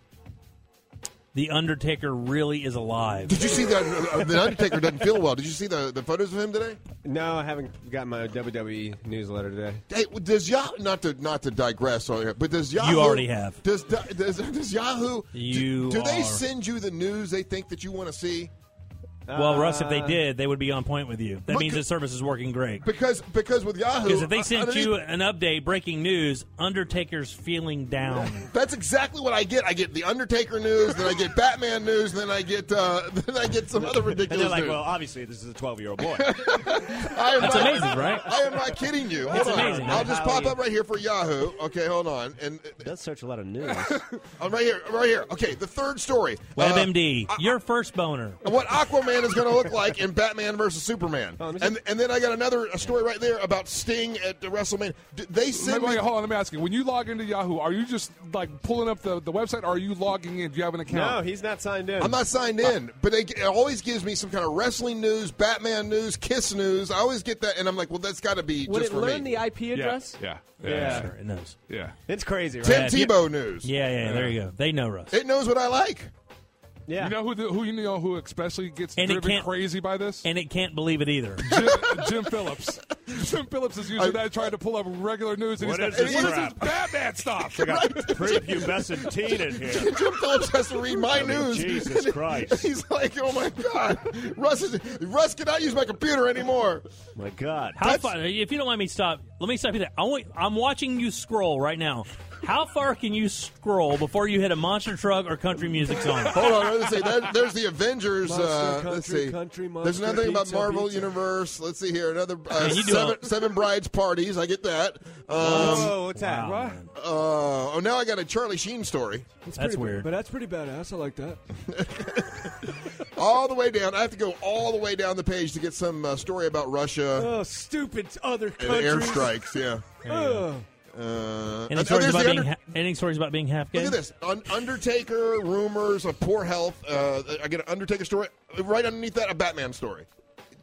B: The Undertaker really is alive.
A: (laughs) Did you see that? uh, the Undertaker doesn't feel well. Did you see the, the photos of him today?
D: No, I haven't got my WWE newsletter today.
A: Hey, does Yahoo not to not to digress on here, but does Yahoo?
B: already have.
A: Does does, does Yahoo?
B: You
A: do they
B: are-
A: send you the news they think that you want to see?
B: Well, Russ, if they did, they would be on point with you. That
A: But
B: means
A: c-
B: the service is working great.
A: because because with Yahoo,
B: Because if they
A: uh,
B: sent
A: underneath-
B: you an update, breaking news, Undertaker's feeling down.
A: that's exactly what I get. I get the Undertaker news, then I get Batman news, then I get uh, (laughs) then I get some other ridiculous news.
D: obviously, this is a 12 year old boy.
A: (laughs) I am
D: That's
A: not-
D: amazing,
A: (laughs)
D: right?
A: I am not kidding you. Hold
D: It's
A: on.
D: amazing.
A: I'll just
D: How
A: pop
D: you-
A: up right here for Yahoo. Okay, hold on. And
D: does search a lot of (laughs) news.
A: I'm right here, right here. Okay, the third story. Uh,
B: WebMD, your first boner.
A: and what Aquaman is going to look like in Batman versus Superman.
C: Oh,
A: and and then I got another a story right there about Sting at the WrestleMania. D- they
C: Let
A: send
C: me-
A: me.
C: hold on, let me ask you. When you log into Yahoo, are you just like pulling up the, the website or are you logging in? Do you have an
D: No,
C: account?
D: he's not signed in.
A: I'm not signed in, but they, it always gives me some kind of wrestling news, Batman news, Kiss news. I always get that, and I'm like, well, that's got to be
D: Would
A: just
D: it
A: for
D: learn
A: me.
D: the IP address?
C: Yeah.
D: Yeah. Yeah.
B: Sure, it knows.
C: Yeah.
D: It's crazy, right?
A: Tim Tebow news.
B: Yeah, yeah, there you go. They know Russ.
A: It knows what I like.
D: Yeah.
C: You know who the, who you know who especially gets
B: And it
C: driven
B: can't-
C: crazy by this?
B: And it can't believe
A: (laughs)
B: it either.
C: Jim, (laughs) Jim (laughs) Phillips. Jim Phillips is usually that trying to pull up regular news and
M: What
C: he's
M: is
C: like,
M: this
C: what is
M: crap?"
C: this Batman stuff?
M: prepubescent teen in
A: (laughs)
M: here.
A: Jim Phillips has to read my
M: I mean,
A: news.
M: Jesus
A: (laughs)
M: Christ.
A: He's like, oh my god, Russ, is, Russ cannot use my computer anymore.
M: My God.
B: How far, if you don't let me stop, let me stop you there. I want, I'm watching you scroll right now. How far can you scroll before you hit a monster truck or country music
A: (laughs)
B: song?
A: Hold on, let's see. There, there's the Avengers.
D: Monster
A: uh, let's
D: country,
A: see.
D: country,
A: there's
D: monster,
A: another thing about
D: pizza,
A: Marvel
D: pizza.
A: Universe. Let's see here. Another uh,
B: Man, you do
A: seven,
B: a-
A: seven brides parties. I get that. Um,
D: Whoa, what's that?
B: Wow,
A: uh, oh, now I got a Charlie Sheen story.
B: That's weird.
D: But that's pretty badass. I like that.
A: All the way down. I have to go all the way down the page to get some uh, story about Russia
D: Oh, stupid other
A: and
D: countries.
A: airstrikes. Yeah.
D: Ugh.
A: Uh,
B: Any
A: and-
B: stories,
A: oh, there's
B: about
A: the
B: being
A: under-
B: ha- any stories about being half gay?
A: Look at this. Un- Undertaker rumors of poor health. Uh, I get an Undertaker story. Right underneath that, a Batman story.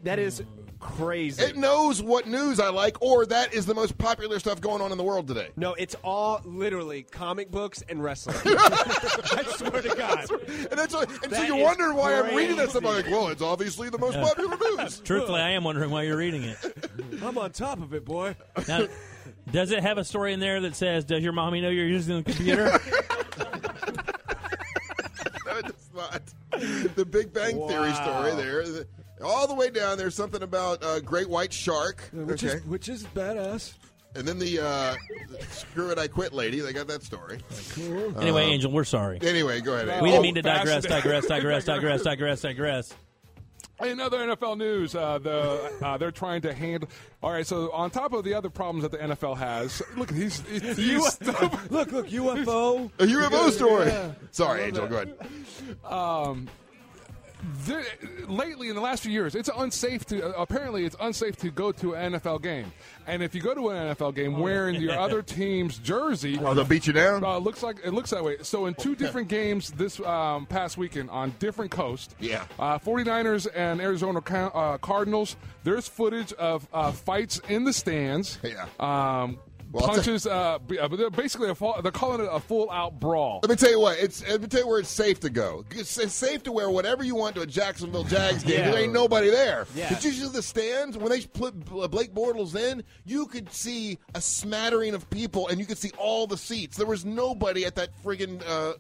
D: That is crazy.
A: It knows what news I like, or that is the most popular stuff going on in the world today.
D: no, it's all literally comic books and wrestling. I swear to God.
A: And, that's why, and so
D: That
A: you
D: is
A: wonder why I'm reading this.
D: crazy.
A: I'm like, well, it's obviously the most popular news.
B: Truthfully, I am wondering why you're reading it.
A: (laughs)
D: I'm on top of it, boy.
B: Now, does it have a story in there that says, "Does your mommy know you're using
A: (laughs)
B: the computer?"
A: No, (laughs) it's not. The Big Bang Theory story there. The- All the way down, there's something about uh, great white shark. okay.
D: which is badass.
A: and then the uh, screw it, I quit lady. They got that story.
D: Cool.
B: anyway,
A: Um,
B: Angel, we're sorry.
A: Anyway, go ahead. Angel.
B: We didn't mean to
C: Oh,
B: digress,
C: fascinating.
B: digress, digress, digress, digress, digress.
C: In other NFL news, uh, the uh, they're trying to handle. All right, so on top of the other problems that the NFL has, look, he's, he's, he's
A: look, look,
C: UFO.
A: Oh, A UFO story.
C: Yeah.
A: Sorry,
C: I love
A: Angel.
C: that.
A: Go ahead.
C: um, the, lately in the last few years, it's unsafe to uh, apparently it's unsafe to go to an NFL game. And if you go to an NFL game wearing your other team's jersey,
A: Oh, they'll beat you down?
C: Uh, looks like it looks that way. So in two different games this um, past weekend on different coasts,
A: Yeah.
C: uh, 49ers and Arizona Ca- uh, Cardinals. There's footage of uh, fights in the stands. Yeah. Um,
A: Well, I'll
C: punches. Uh, b- uh, they're basically a full, they're calling it a full out brawl.
A: Let me tell you what. It's let me tell you where it's safe to go. It's, it's safe to wear whatever you want to a Jacksonville Jags game.
C: Yeah.
A: There ain't nobody there.
C: Yeah.
A: But usually the stands when they put Blake Bortles in, you could see a smattering of people, and you could see all the seats. There was nobody at that friggin' uh,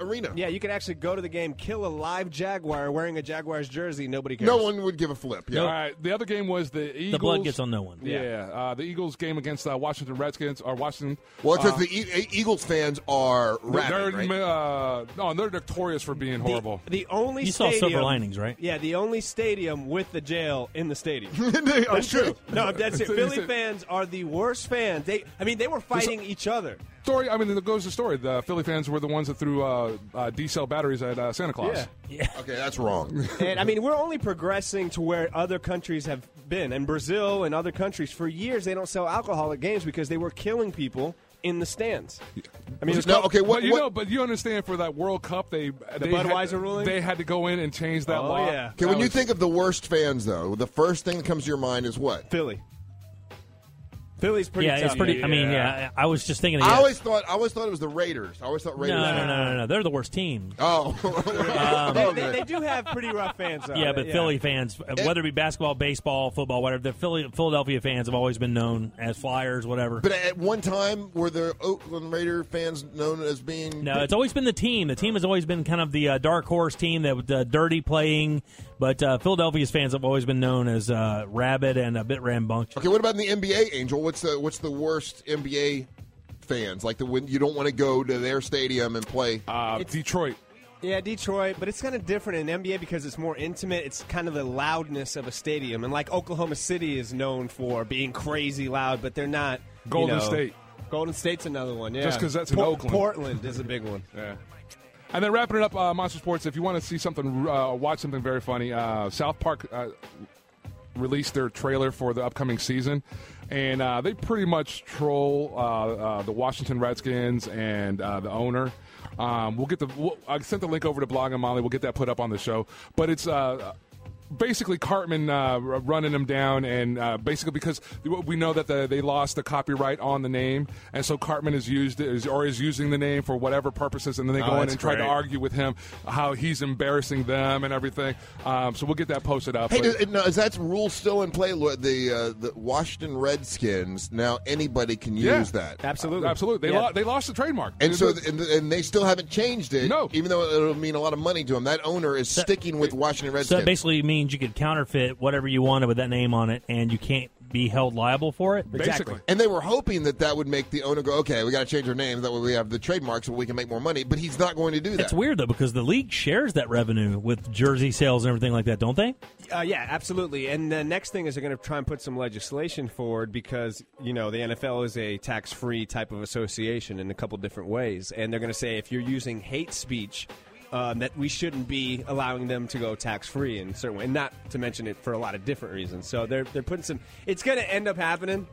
A: arena.
D: Yeah, you could actually go to the game, kill a live jaguar wearing a Jaguars jersey. Nobody cares.
A: No one would give a flip.
C: All right. The other game was the Eagles.
B: blood gets on no one.
C: Yeah. Uh, the Eagles game against uh, Washington Redskins or Washington.
A: Well, it's
C: uh,
A: just the e- Eagles fans are
C: they're,
A: rabid, right? (laughs)
C: uh, no, they're notorious for being horrible.
D: The only
C: You saw silver
D: stadium-
C: linings, right?
D: Yeah, the only stadium with the jail in the stadium.
A: (laughs) Are you
D: that's
A: kidding?
D: true. No, that's it.
C: So you
D: Philly
C: said-
D: fans are the worst fans. They, I mean, they were fighting each other.
C: story. I mean, there goes the story. The Philly fans were the ones that threw uh, uh, D cell batteries at uh, Santa Claus.
D: Yeah.
A: Okay,
C: (laughs)
A: that's wrong.
D: and I mean, we're only progressing to where other countries have been. And Brazil and other countries, for years, they don't sell alcohol at games because they were killing people in the stands. I mean, it was called-
C: But you know, but you understand for that World Cup, they the
D: Budweiser ruling? Oh,
C: They had to go in and change that law.
A: Okay, when you think of the worst fans, though, the first thing that comes to your mind is what?
D: Philly. Philly's pretty.
B: yeah, it's
D: tough.
B: pretty. I mean, yeah, I I was just thinking. Of,
A: I
B: yeah.
A: always thought I always thought it was the Raiders. I always thought
B: no,
A: Raiders.
B: no, no, no, no. They're the worst team.
A: Oh, (laughs)
D: they, they, they do have pretty rough fans. Though.
B: Um, Yeah, but Philly fans, whether it be basketball, baseball, football, whatever, the Philly, Philadelphia fans have always been known as Flyers, whatever.
A: But at one time, were the Oakland Raider fans known as being?
B: No, it's always been the team. The team has always been kind of the uh, dark horse team that uh, dirty playing, but uh, Philadelphia's fans have always been known as uh, rabid and a bit rambunctious.
A: Okay, what about in the NBA, Angel? What's the what's the worst NBA fans? Like the when you don't want to go to their stadium and play.
C: Uh, Detroit.
D: Yeah, Detroit, but it's kind of different in NBA because it's more intimate. It's kind of the loudness of a stadium, and like Oklahoma City is known for being crazy loud, but they're not. you
C: Golden
D: know-
C: State.
D: Golden State's another one. Yeah,
C: Just 'cause that's in Oakland.
D: Portland is a big one.
C: Yeah. And then wrapping it up, uh, Monster Sports. If you want to see something, uh, watch something very funny. Uh, South Park uh, released their trailer for the upcoming season, and uh, they pretty much troll uh, uh, the Washington Redskins and uh, the owner. Um, we'll get the. We'll, I sent the link over to Blog and Molly. We'll get that put up on the show. But it's. Uh, Basically, Cartman uh, r- running them down, and uh, basically because we know that the, they lost the copyright on the name, and so Cartman is used is, or is using the name for whatever purposes, and then they
M: Oh,
C: go in
M: that's
C: and try to
M: great.
C: argue with him how he's embarrassing them and everything. Um, so we'll get that posted up.
A: Hey,
C: but-
A: does, uh, now, is that rule still in play? Lo- The uh, the Washington Redskins now anybody can use
C: Yeah.
A: that.
D: Absolutely,
C: absolutely. They,
A: Yeah.
C: lo- they lost the trademark,
A: And so, th- and, and they still haven't changed it. No, even though it'll mean a lot of money to them, that owner is sticking with Washington
B: So
A: Redskins.
B: that basically means you could counterfeit whatever you wanted with that name on it, and you can't be held liable for it.
A: And they were hoping that that would make the owner go, okay, we got to change our names. That way we have the trademark so we can make more money. But he's not going to do that.
B: It's weird though because the league shares that revenue with jersey sales and everything like that, don't they?
D: Uh, yeah, absolutely. And the next thing is they're going to try and put some legislation forward because you know the NFL is a tax-free type of association in a couple different ways, and they're going to say if you're using hate speech. Um, that we shouldn't be allowing them to go tax free in a certain way, and not to mention it for a lot of different reasons. So they're they're putting some. It's going to end up happening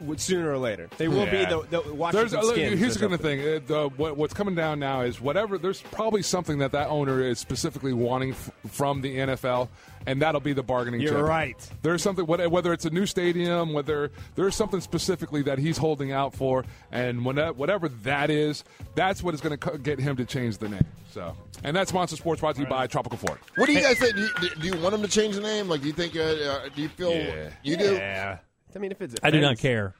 D: w- sooner or later. They will
C: Yeah.
D: be the, the Washington
C: There's- uh, look,
D: Skins or
C: Here's the
D: something.
C: good thing: uh, the, what, what's coming down now is whatever. There's probably something that that owner is specifically wanting f- from the NFL, and that'll be the bargaining.
D: You're
C: chip.
D: right.
C: There's something what- whether it's a new stadium, whether there's something specifically that he's holding out for, and when that, whatever that is, that's what is going to co- get him to change the name. So, and that's Monster Sports brought to you by Tropical Ford.
A: What do you guys think? Do you, do you want him to change the name? Like, do you think? Uh, uh, do you feel?
C: Yeah.
A: You do?
C: Yeah.
D: I mean, if it's
B: I do not
D: offense-
B: care.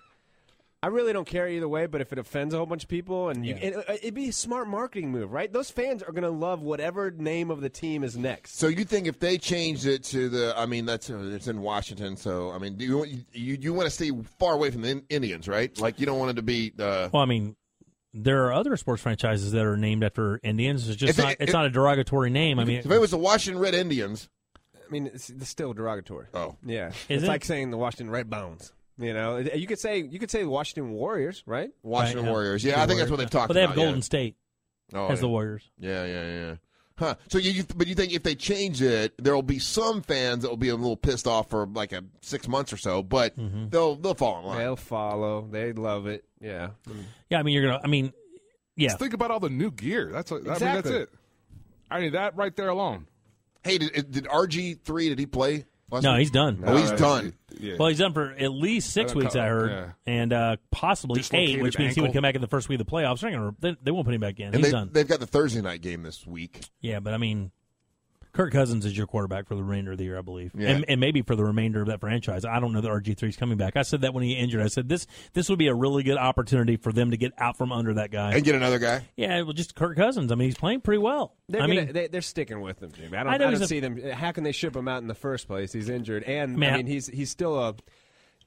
D: I really don't care either way, but if it offends a whole bunch of people, and you, it, uh, it'd be a smart marketing move, right? Those fans are going to love whatever name of the team is next.
A: So you think if they changed it to the? I mean, that's uh, it's in Washington. So I mean, do you want- you you want to stay far away from the In- Indians, right? Like you don't want it to be. Uh,
B: Well, I mean, there are other sports franchises that are named after Indians. It's
A: If
B: just
A: it-
B: not. it's
A: if-
B: not a derogatory name. I mean,
A: if it was the Washington Red Indians,
D: I mean, it's, it's still derogatory.
A: Oh,
D: yeah.
B: Is
D: it's
B: it?
D: like saying the Washington Redbones. You know, It- you could say you could say the Washington Warriors, right?
A: Washington Right, yeah. Warriors. Yeah, I think that's what they've talked
B: But they have
A: about, yeah.
B: Golden State
A: Oh,
B: as the
A: yeah.
B: Warriors.
A: Yeah, yeah, yeah. Huh. So you, you, but you think if they change it, there'll be some fans that will be a little pissed off for like a six months or so, but
B: Mm-hmm.
A: they'll they'll fall in line.
D: They'll follow. They love it. Yeah.
B: Yeah, I mean, you're gonna. I mean, yeah.
C: Just think about all the new gear. That's what, I mean, that's
A: Exactly.
C: it. I mean, that right there alone.
A: Hey, did, did RG three? Did he play? Last
B: No,
A: week?
B: he's done.
A: Oh, he's done.
B: Well, he's done for at least six
A: Another
B: weeks, I
A: couple,
B: heard,
A: yeah.
B: and uh, possibly eight,
A: Dislocated
B: which means he would
A: ankle.
B: come back in the first week of the playoffs. They're not gonna- they, they won't put him back in.
A: and
B: he's
A: they,
B: done.
A: they've got the Thursday night game this week.
B: Yeah, but I mean, Kirk Cousins is your quarterback for the remainder of the year, I believe,
A: Yeah.
B: and, and maybe for the remainder of that franchise. I don't know that RG three is coming back. I said that when he injured. I said this this would be a really good opportunity for them to get out from under that guy
A: And get another guy.
B: Yeah, well, just Kirk Cousins. I mean, he's playing pretty well.
D: They're
B: I
D: gonna-
B: mean,
D: they, they're sticking with him, Jimmy. I don't,
B: I
D: I
B: know he's
D: don't
B: a-
D: see them. uh, How can they ship him out in the first place? He's injured, and
B: Man,
D: I
B: I-
D: mean, he's he's still a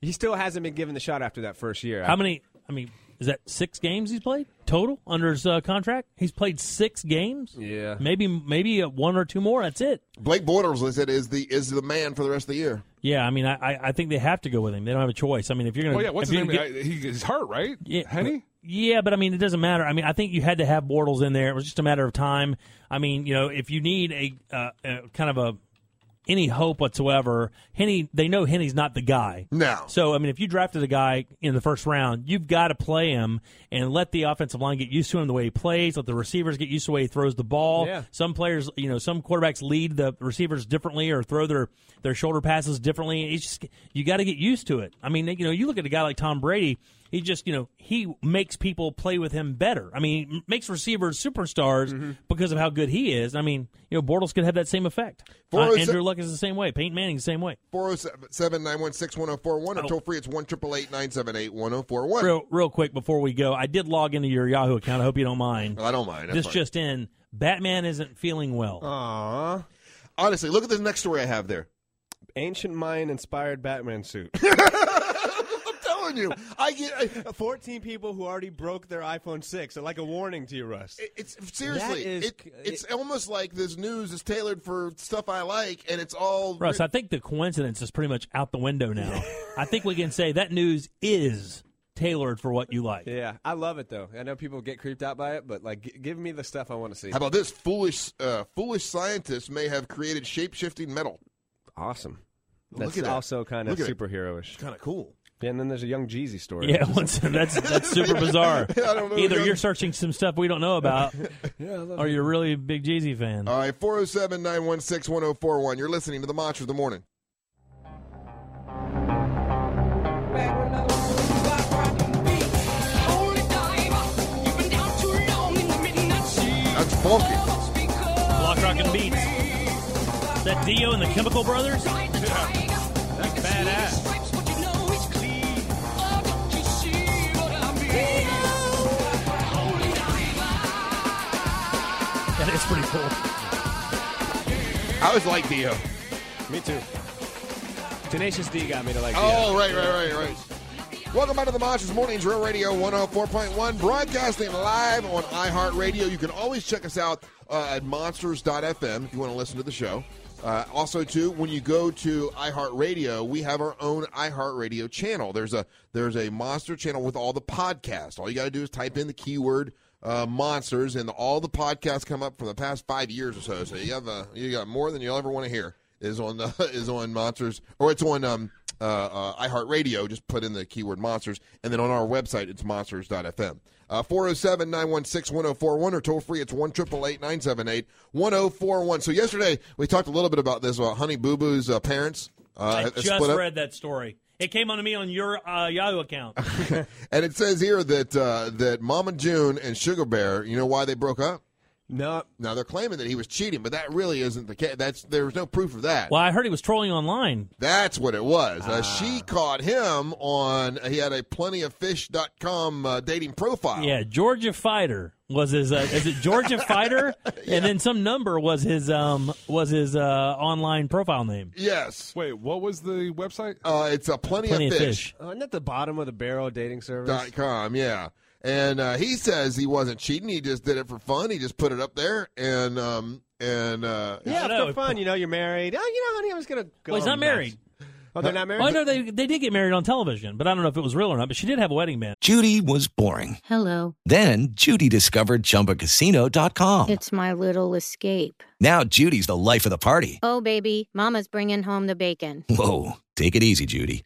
D: he still hasn't been given the shot after that first year.
B: how many? I mean, is that six games he's played total under his uh, contract? He's played six games.
D: Yeah,
B: maybe maybe uh, one or two more. That's it.
A: Blake Bortles, they said, is the is the man for the rest of the year.
B: Yeah, I mean, I, I- I think they have to go with him. They don't have a choice. I mean, if you're going
C: Well, Oh, yeah.
B: to,
C: What's his name? I- he, he's hurt, right?
B: Yeah,
C: Henny.
B: Yeah, but I mean, it doesn't matter. I mean, I think you had to have Bortles in there. It was just a matter of time. I mean, you know, if you need a, uh, uh kind of a any hope whatsoever, Henny, they know Henny's not the guy.
A: No.
B: So I mean, if you drafted a guy in the first round, you've got to play him and let the offensive line get used to him the way he plays. Let the receivers get used to the way he throws the ball.
D: Yeah.
B: Some players, you know, some quarterbacks lead the receivers differently or throw their their shoulder passes differently. It's just you got to get used to it. I mean, you know, you look at a guy like Tom Brady. He just, you know, he makes people play with him better. I mean, m- makes receivers superstars because of how good he is. I mean, you know, Bortles could have that same effect. Uh,
A: 407
B: Andrew Luck is the same way. Peyton Manning is the same way.
A: 407 916 1041 or oh toll free, it's 1 978 1041.
B: Real, real quick before we go, I did log into your Yahoo account. I hope you don't mind.
A: I don't mind. That's
B: This
A: fine. Oh.
B: just in: Batman isn't feeling well.
D: Aww.
A: Honestly, look at this next story I have there.
D: Ancient Mayan inspired Batman suit.
A: telling you, I get
D: fourteen people who already broke their iPhone six. So like a warning to you, Russ.
A: It's Seriously,
D: That is-
A: it, it's almost like this news is tailored for stuff I like, and it's all.
B: Russ, I think the coincidence is pretty much out the window now. I think we can say that news is tailored for what you like.
D: yeah, I love it though. I know people get creeped out by it, but like, g- give me the stuff I want to see.
A: How about this? Foolish, uh, foolish scientists may have created shape shifting metal.
D: Awesome.
A: Look
D: That's
A: at that.
D: also kind of
A: Look at it.
D: superheroish.
A: Kind of cool.
D: Yeah, and then there's a young Jeezy story.
B: Yeah, (laughs) once, that's
A: (laughs)
B: that's super bizarre.
A: don't know
B: Either
A: what
B: you're searching some stuff we don't know about,
A: (laughs) Yeah, I love Uh,
B: or you're really a big Jeezy fan.
A: All right, 407 916 1041. You're listening to the Monster of the Morning. That's funky.
B: Block Rock and Beats. Is that Dio and the Chemical Brothers?
M: That's badass.
B: That is pretty cool.
A: I always like Dio.
D: Me too. Tenacious D got me to like.
A: Oh, right, right, right, right. Welcome back to the Monsters Mornings Real Radio 104.1, broadcasting live on iHeartRadio. You can always check us out uh, at monsters.fm if you want to listen to the show. Uh, also, too, when you go to iHeartRadio, we have our own iHeartRadio channel. There's a there's a monster channel with all the podcasts. All you got to do is type in the keyword uh, monsters, and all the podcasts come up for the past five years or so. So you have uh, you got more than you'll ever want to hear is on the (laughs) is on monsters or it's on um uh, uh iHeartRadio. Just put in the keyword monsters, and then on our website it's monsters.fm. Uh, 407-916-1041 or toll free it's 1-888-978-1041. So yesterday we talked a little bit about this about Honey Boo Boo's uh, parents
B: I
A: uh,
B: just
A: split up.
B: read that story. It came onto me on your uh, Yahoo account.
A: and it says here that uh, that Mama June and Sugar Bear, you know why they broke up?
D: (laughs) No.
A: Now they're claiming that he was cheating, but that really isn't the case. That's there's no proof of that.
B: Well, I heard he was trolling online.
A: That's what it was.
B: Ah.
A: Uh, she caught him on, he had a plentyoffish.com uh, dating profile.
B: Yeah, Georgia Fighter was his. Uh, is it
A: (laughs)
B: Georgia Fighter? And then some number was his um was his uh, online profile name.
A: Yes.
C: Wait, what was the website?
A: Uh, it's a plenty,
B: Plenty
A: of
B: of
A: fish.
D: Uh, isn't that the bottom of the barrel dating service?
A: Dot com, yeah. And uh, he says he wasn't cheating. He just did it for fun. He just put it up there. And um, and uh,
D: Yeah, for fun, you know, you're married. Oh, you know, honey, I was gonna go.
B: Well, he's
D: home
B: not
D: and
B: married.
D: Oh, they're not married?
B: Oh, no, they, they did get married on television, but I don't know if it was real or not. But she did have a wedding band.
N: Judy was boring.
O: Hello.
N: Then Judy discovered ChumbaCasino.com.
O: It's my little escape.
N: Now Judy's the life of the party.
O: Oh, baby, Mama's bringing home the bacon.
N: Whoa, take it easy, Judy.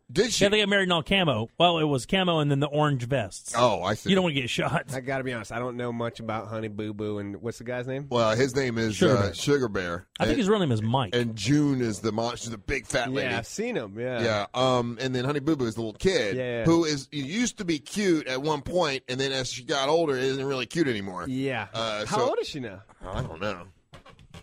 A: Did she?
B: Yeah, they got married in all camo. Well, it was camo and then the orange vests.
A: Oh, I see.
B: You don't want to get shot.
D: I gotta be honest. I don't know much about Honey Boo Boo and what's the guy's name?
A: well, his name is
D: Sugar
A: uh,
D: Bear.
A: Sugar Bear.
B: I think
A: And-
B: his real name is Mike.
A: And June is the monster, the big fat lady.
D: Yeah, I've seen him. Yeah.
A: Yeah. Um, and then Honey Boo Boo is the little kid
D: Yeah.
A: who is he used to be cute at one point, and then as she got older, it isn't really cute anymore.
D: Yeah.
A: Uh,
D: How
A: so-
D: old is she now?
A: I don't know.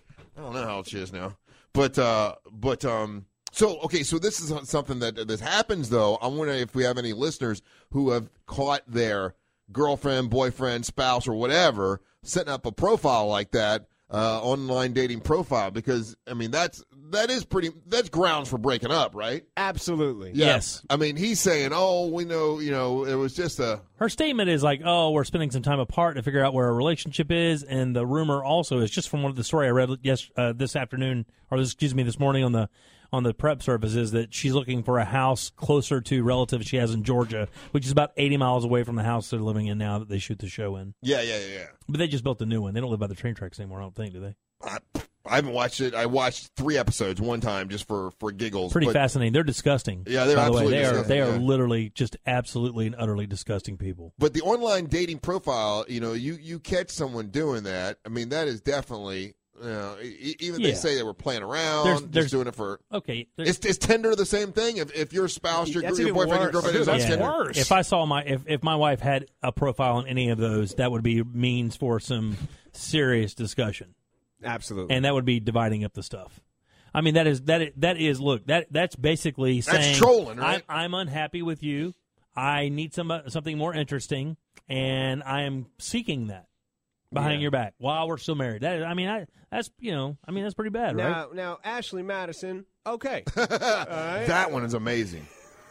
A: I don't know how old she is now, but uh, but um, so okay, so this is something that this happens though. I'm wondering if we have any listeners who have caught their girlfriend, boyfriend, spouse, or whatever setting up a profile like that. Uh, online dating profile because I mean that's that is pretty that's grounds for breaking up right
D: absolutely
A: Yeah. I mean he's saying oh we know you know it was just a
B: Her statement is like, "Oh, we're spending some time apart to figure out where our relationship is," and the rumor also is just from one of the story I read yes uh, this afternoon or this, excuse me this morning on the on the prep service is that she's looking for a house closer to relatives she has in Georgia, which is about eighty miles away from the house they're living in now that they shoot the show in.
A: yeah yeah yeah, yeah.
B: But they just built a new one. They don't live by the train tracks anymore. I don't think do they?
A: I, I haven't watched it. I watched three episodes one time just for for giggles.
B: Pretty
A: but-
B: fascinating. They're disgusting.
A: Yeah, they're
B: by the way.
A: absolutely
B: They are
A: disgusting,
B: they are
A: yeah.
B: literally just absolutely and utterly disgusting people.
A: But the online dating profile, you know, you you catch someone doing that. I mean, that is definitely. You know, e- e- even they
B: Yeah.
A: say they were playing around,
B: There's-
A: just
B: there's-
A: doing it for.
B: Okay,
A: is, is Tinder the same thing? If, if your spouse, your,
D: That's
A: your
D: even
A: boyfriend, your
D: worse.
A: girlfriend, is on
B: Yeah.
A: Tinder.
B: If I saw my if, if my wife had a profile on any of those, that would be means for some serious discussion,
D: Absolutely.
B: and that would be dividing up the stuff. I mean, that is that is, that is look that that's basically
A: That's
B: saying
A: trolling, right?
B: I'm, I'm unhappy with you. I need some uh, something more interesting, and I am seeking that behind
D: Yeah.
B: your back while we're still married. That I mean, I, that's you know, I mean, that's pretty bad, right?
D: now, now Ashley Madison.
A: (laughs)
D: Okay. All right.
A: That one is amazing.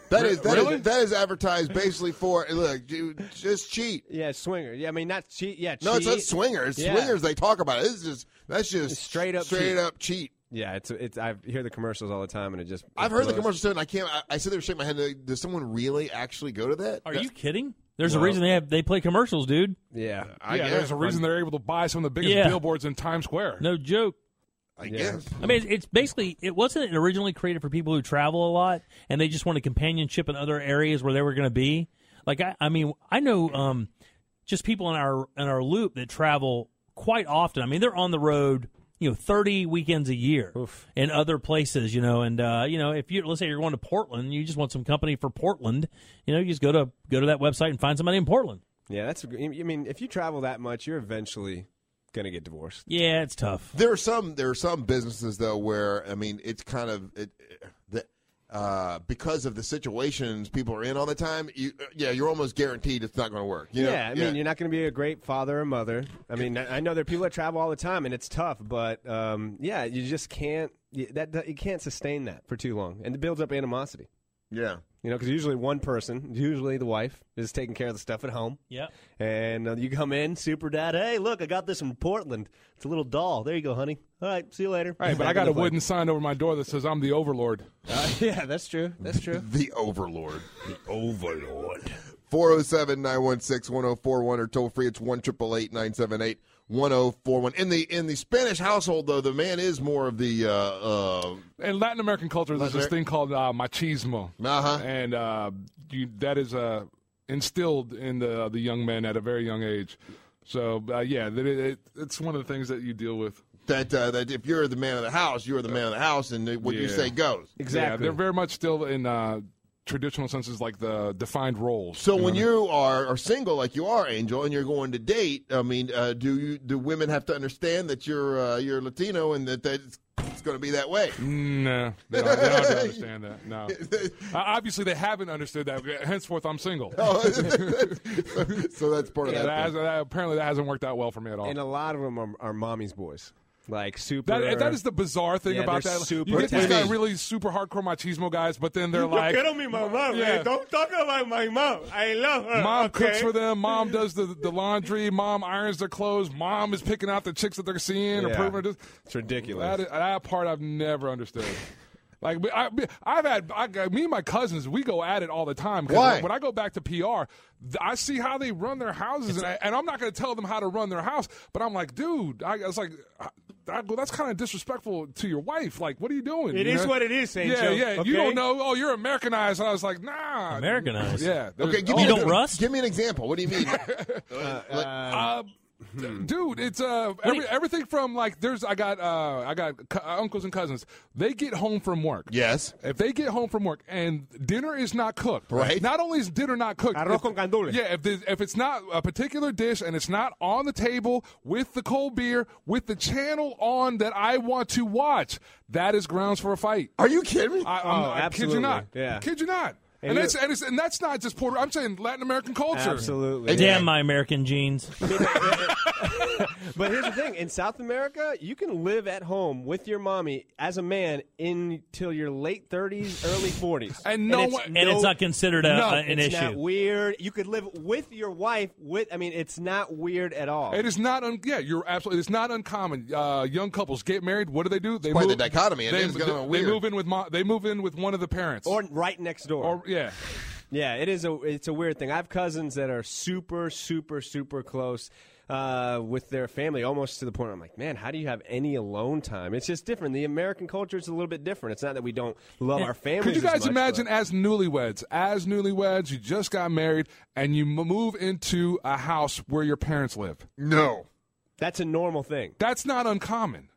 A: That is that is-
D: Really?
A: that is advertised basically for look, you just cheat.
D: Yeah, swinger. Yeah, I mean not cheat. Yeah,
A: No, it's not
D: cheat.
A: swingers.
D: Yeah.
A: Swingers they talk about it. This is just that's just
D: Straight up
A: straight
D: cheat.
A: up cheat.
D: Yeah, it's it's. I hear the commercials all the time, and it just.
A: I've
D: it
A: heard the
D: blows.
A: commercials too, and I can't. I, I sit there shaking my head. like, Does someone really actually go to that?
B: Are
A: That-
B: you kidding? There's a
A: Well-
B: reason they have they play commercials, dude.
D: Yeah,
A: I
C: yeah,
A: guess.
C: there's a reason they're able to buy some of the biggest
B: Yeah.
C: billboards in Times Square.
B: No joke.
A: I guess.
B: I mean, it's, it's basically it wasn't originally created for people who travel a lot and they just wanted companionship in other areas where they were going to be. Like I, I mean, I know um, just people in our in our loop that travel quite often. I mean, they're on the road, you know, thirty weekends a year in other places. You know, and uh, you know, if you let's say you're going to Portland, you just want some company for Portland. You know, you just go to go to that website and find somebody in Portland.
D: Yeah, that's. I mean, if you travel that much, you're eventually gonna get divorced.
B: Yeah, it's tough.
A: There are some there are some businesses though where I mean it's kind of it, the, uh, because of the situations people are in all the time. You, yeah, you're almost guaranteed it's not going to work. you know?
D: yeah, I mean, you're not going to be a great father or mother. I mean, I I know there are people that travel all the time, and it's tough, but um, yeah, you just can't. You, that, that you can't sustain that for too long, and it builds up animosity.
A: yeah.
D: You know, because usually one person, usually the wife, is taking care of the stuff at home.
B: Yep.
D: And uh, you come in, super dad. Hey, look, I got this from Portland. It's a little doll. There you go, honey. All right, see you later.
C: All right, but I got a wooden sign over my door that says I'm the overlord.
D: (laughs) yeah, that's true. That's
C: (laughs)
D: true.
A: The Overlord. The Overlord. 407 916 1041 or toll free. It's 1 978 1041. In the in the Spanish household, though, the man is more of the. Uh, uh,
C: In Latin American culture, there's
A: Latin
C: this
A: Amer-
C: thing called uh, machismo,
A: Uh-huh.
C: and uh, you, that is uh, instilled in the the young men at a very young age. So uh, yeah, that it, it, it's one of the things that you deal with.
A: that, uh, that if you're the man of the house, you're the man of the house, and what you
C: Yeah.
A: say goes.
C: Yeah, they're very much still in uh, traditional senses, like the defined roles.
A: So
C: You know
A: when
C: what I mean?
A: you are, are single like you are, Angel, and you're going to date, I mean, uh, do you do women have to understand that you're uh, you're Latino and that that's, it's going to be that way.
C: Mm. No, they don't, they don't understand that. No, uh, obviously they haven't understood that. Henceforth, I'm single.
A: (laughs) so that's part of
C: Yeah,
A: that.
C: that has- that- apparently, that hasn't worked out well for me at all.
D: And a lot of them are, are mommy's boys. Like super.
C: That, that is the bizarre thing
D: Yeah,
C: about
D: they're
C: that.
D: super
C: you get these
D: attached.
C: guy really super hardcore machismo guys, but
D: (laughs)
C: then they're
D: You
C: like,
D: get on me, my mom.
C: Yeah.
D: Hey, don't
C: talk about my mom. I love her. Mom cooks
D: (laughs) okay?"
C: for them. Mom does the, the laundry. Mom irons their clothes. Mom is picking out the chicks that they're seeing or
D: Yeah.
C: proving. Or just,
D: It's ridiculous.
C: that, is- that part I've never understood. Like I, I've had, I, me and my cousins, we go at it all the time. 'Cause
A: Why?
C: When I go back to PR, th- I see how they run their houses, and, I, and I'm not going to tell them how to run their house. But I'm like, dude, I, it's like, I, I go, that's kind of disrespectful to your wife. Like, what are you doing?
D: It
C: It is
D: is what it is, Angel,
C: Yeah, yeah. You
D: okay?
C: don't know. Oh, you're Americanized. And I was like, nah.
B: Americanized.
C: Yeah. there's-
A: Okay, give
C: oh,
A: me
C: you
A: an,
C: don't rust?
A: Give me an example. What do you
C: (laughs)
A: mean?
C: Uh, dude, it's uh every, everything from like there's I got uh I got co- uncles and cousins. They get home from work.
A: Yes.
C: If they get home from work and dinner is not cooked,
A: Right.
C: Not only is dinner not cooked,
D: Arroz
C: if-
D: con gandules.
C: Yeah, if the, if it's not a particular dish and it's not on the table with the cold beer with the channel on that I want to watch, that is grounds for a fight.
A: Are you kidding me?
C: I, I'm,
D: Oh,
C: I kid you not.
D: absolutely. Yeah.
C: kid you not.
D: And
C: And, that's and, it's, and that's not just Puerto. I'm saying Latin American culture.
D: Absolutely.
B: Damn my American genes.
D: But here's the thing: in South America, you can live at home with your mommy as a man until your late 30s, early 40s,
C: (laughs) And no
D: it's
C: one- And
B: it's not considered a-
D: no,
B: a- an
D: it's Not
B: issue.
D: weird. You could live with your wife. With I mean, it's not weird at all.
C: It is not. Un- yeah, you're absolutely. It's not uncommon. Uh, young couples get married. What do they do? They
A: quite the dichotomy, and
C: They,
A: it's kinda
C: they- they
A: weird.
C: move in with mo- They move in with one of the parents.
D: or right next door.
C: Or-
A: (laughs)
C: yeah.
D: Yeah, it is a it's a weird thing. I have cousins that are super, super, super close uh, with their family, almost to the point where I'm like, man, how do you have any alone time? It's just different. The American culture is a little bit different. It's not that we don't love
B: (laughs)
D: our families.
C: Could you
D: as
C: guys
D: much,
C: imagine
D: but-
C: as newlyweds, as newlyweds, you just got married and you m- move into a house where your parents live?
A: No,
D: that's a normal thing.
C: That's not uncommon.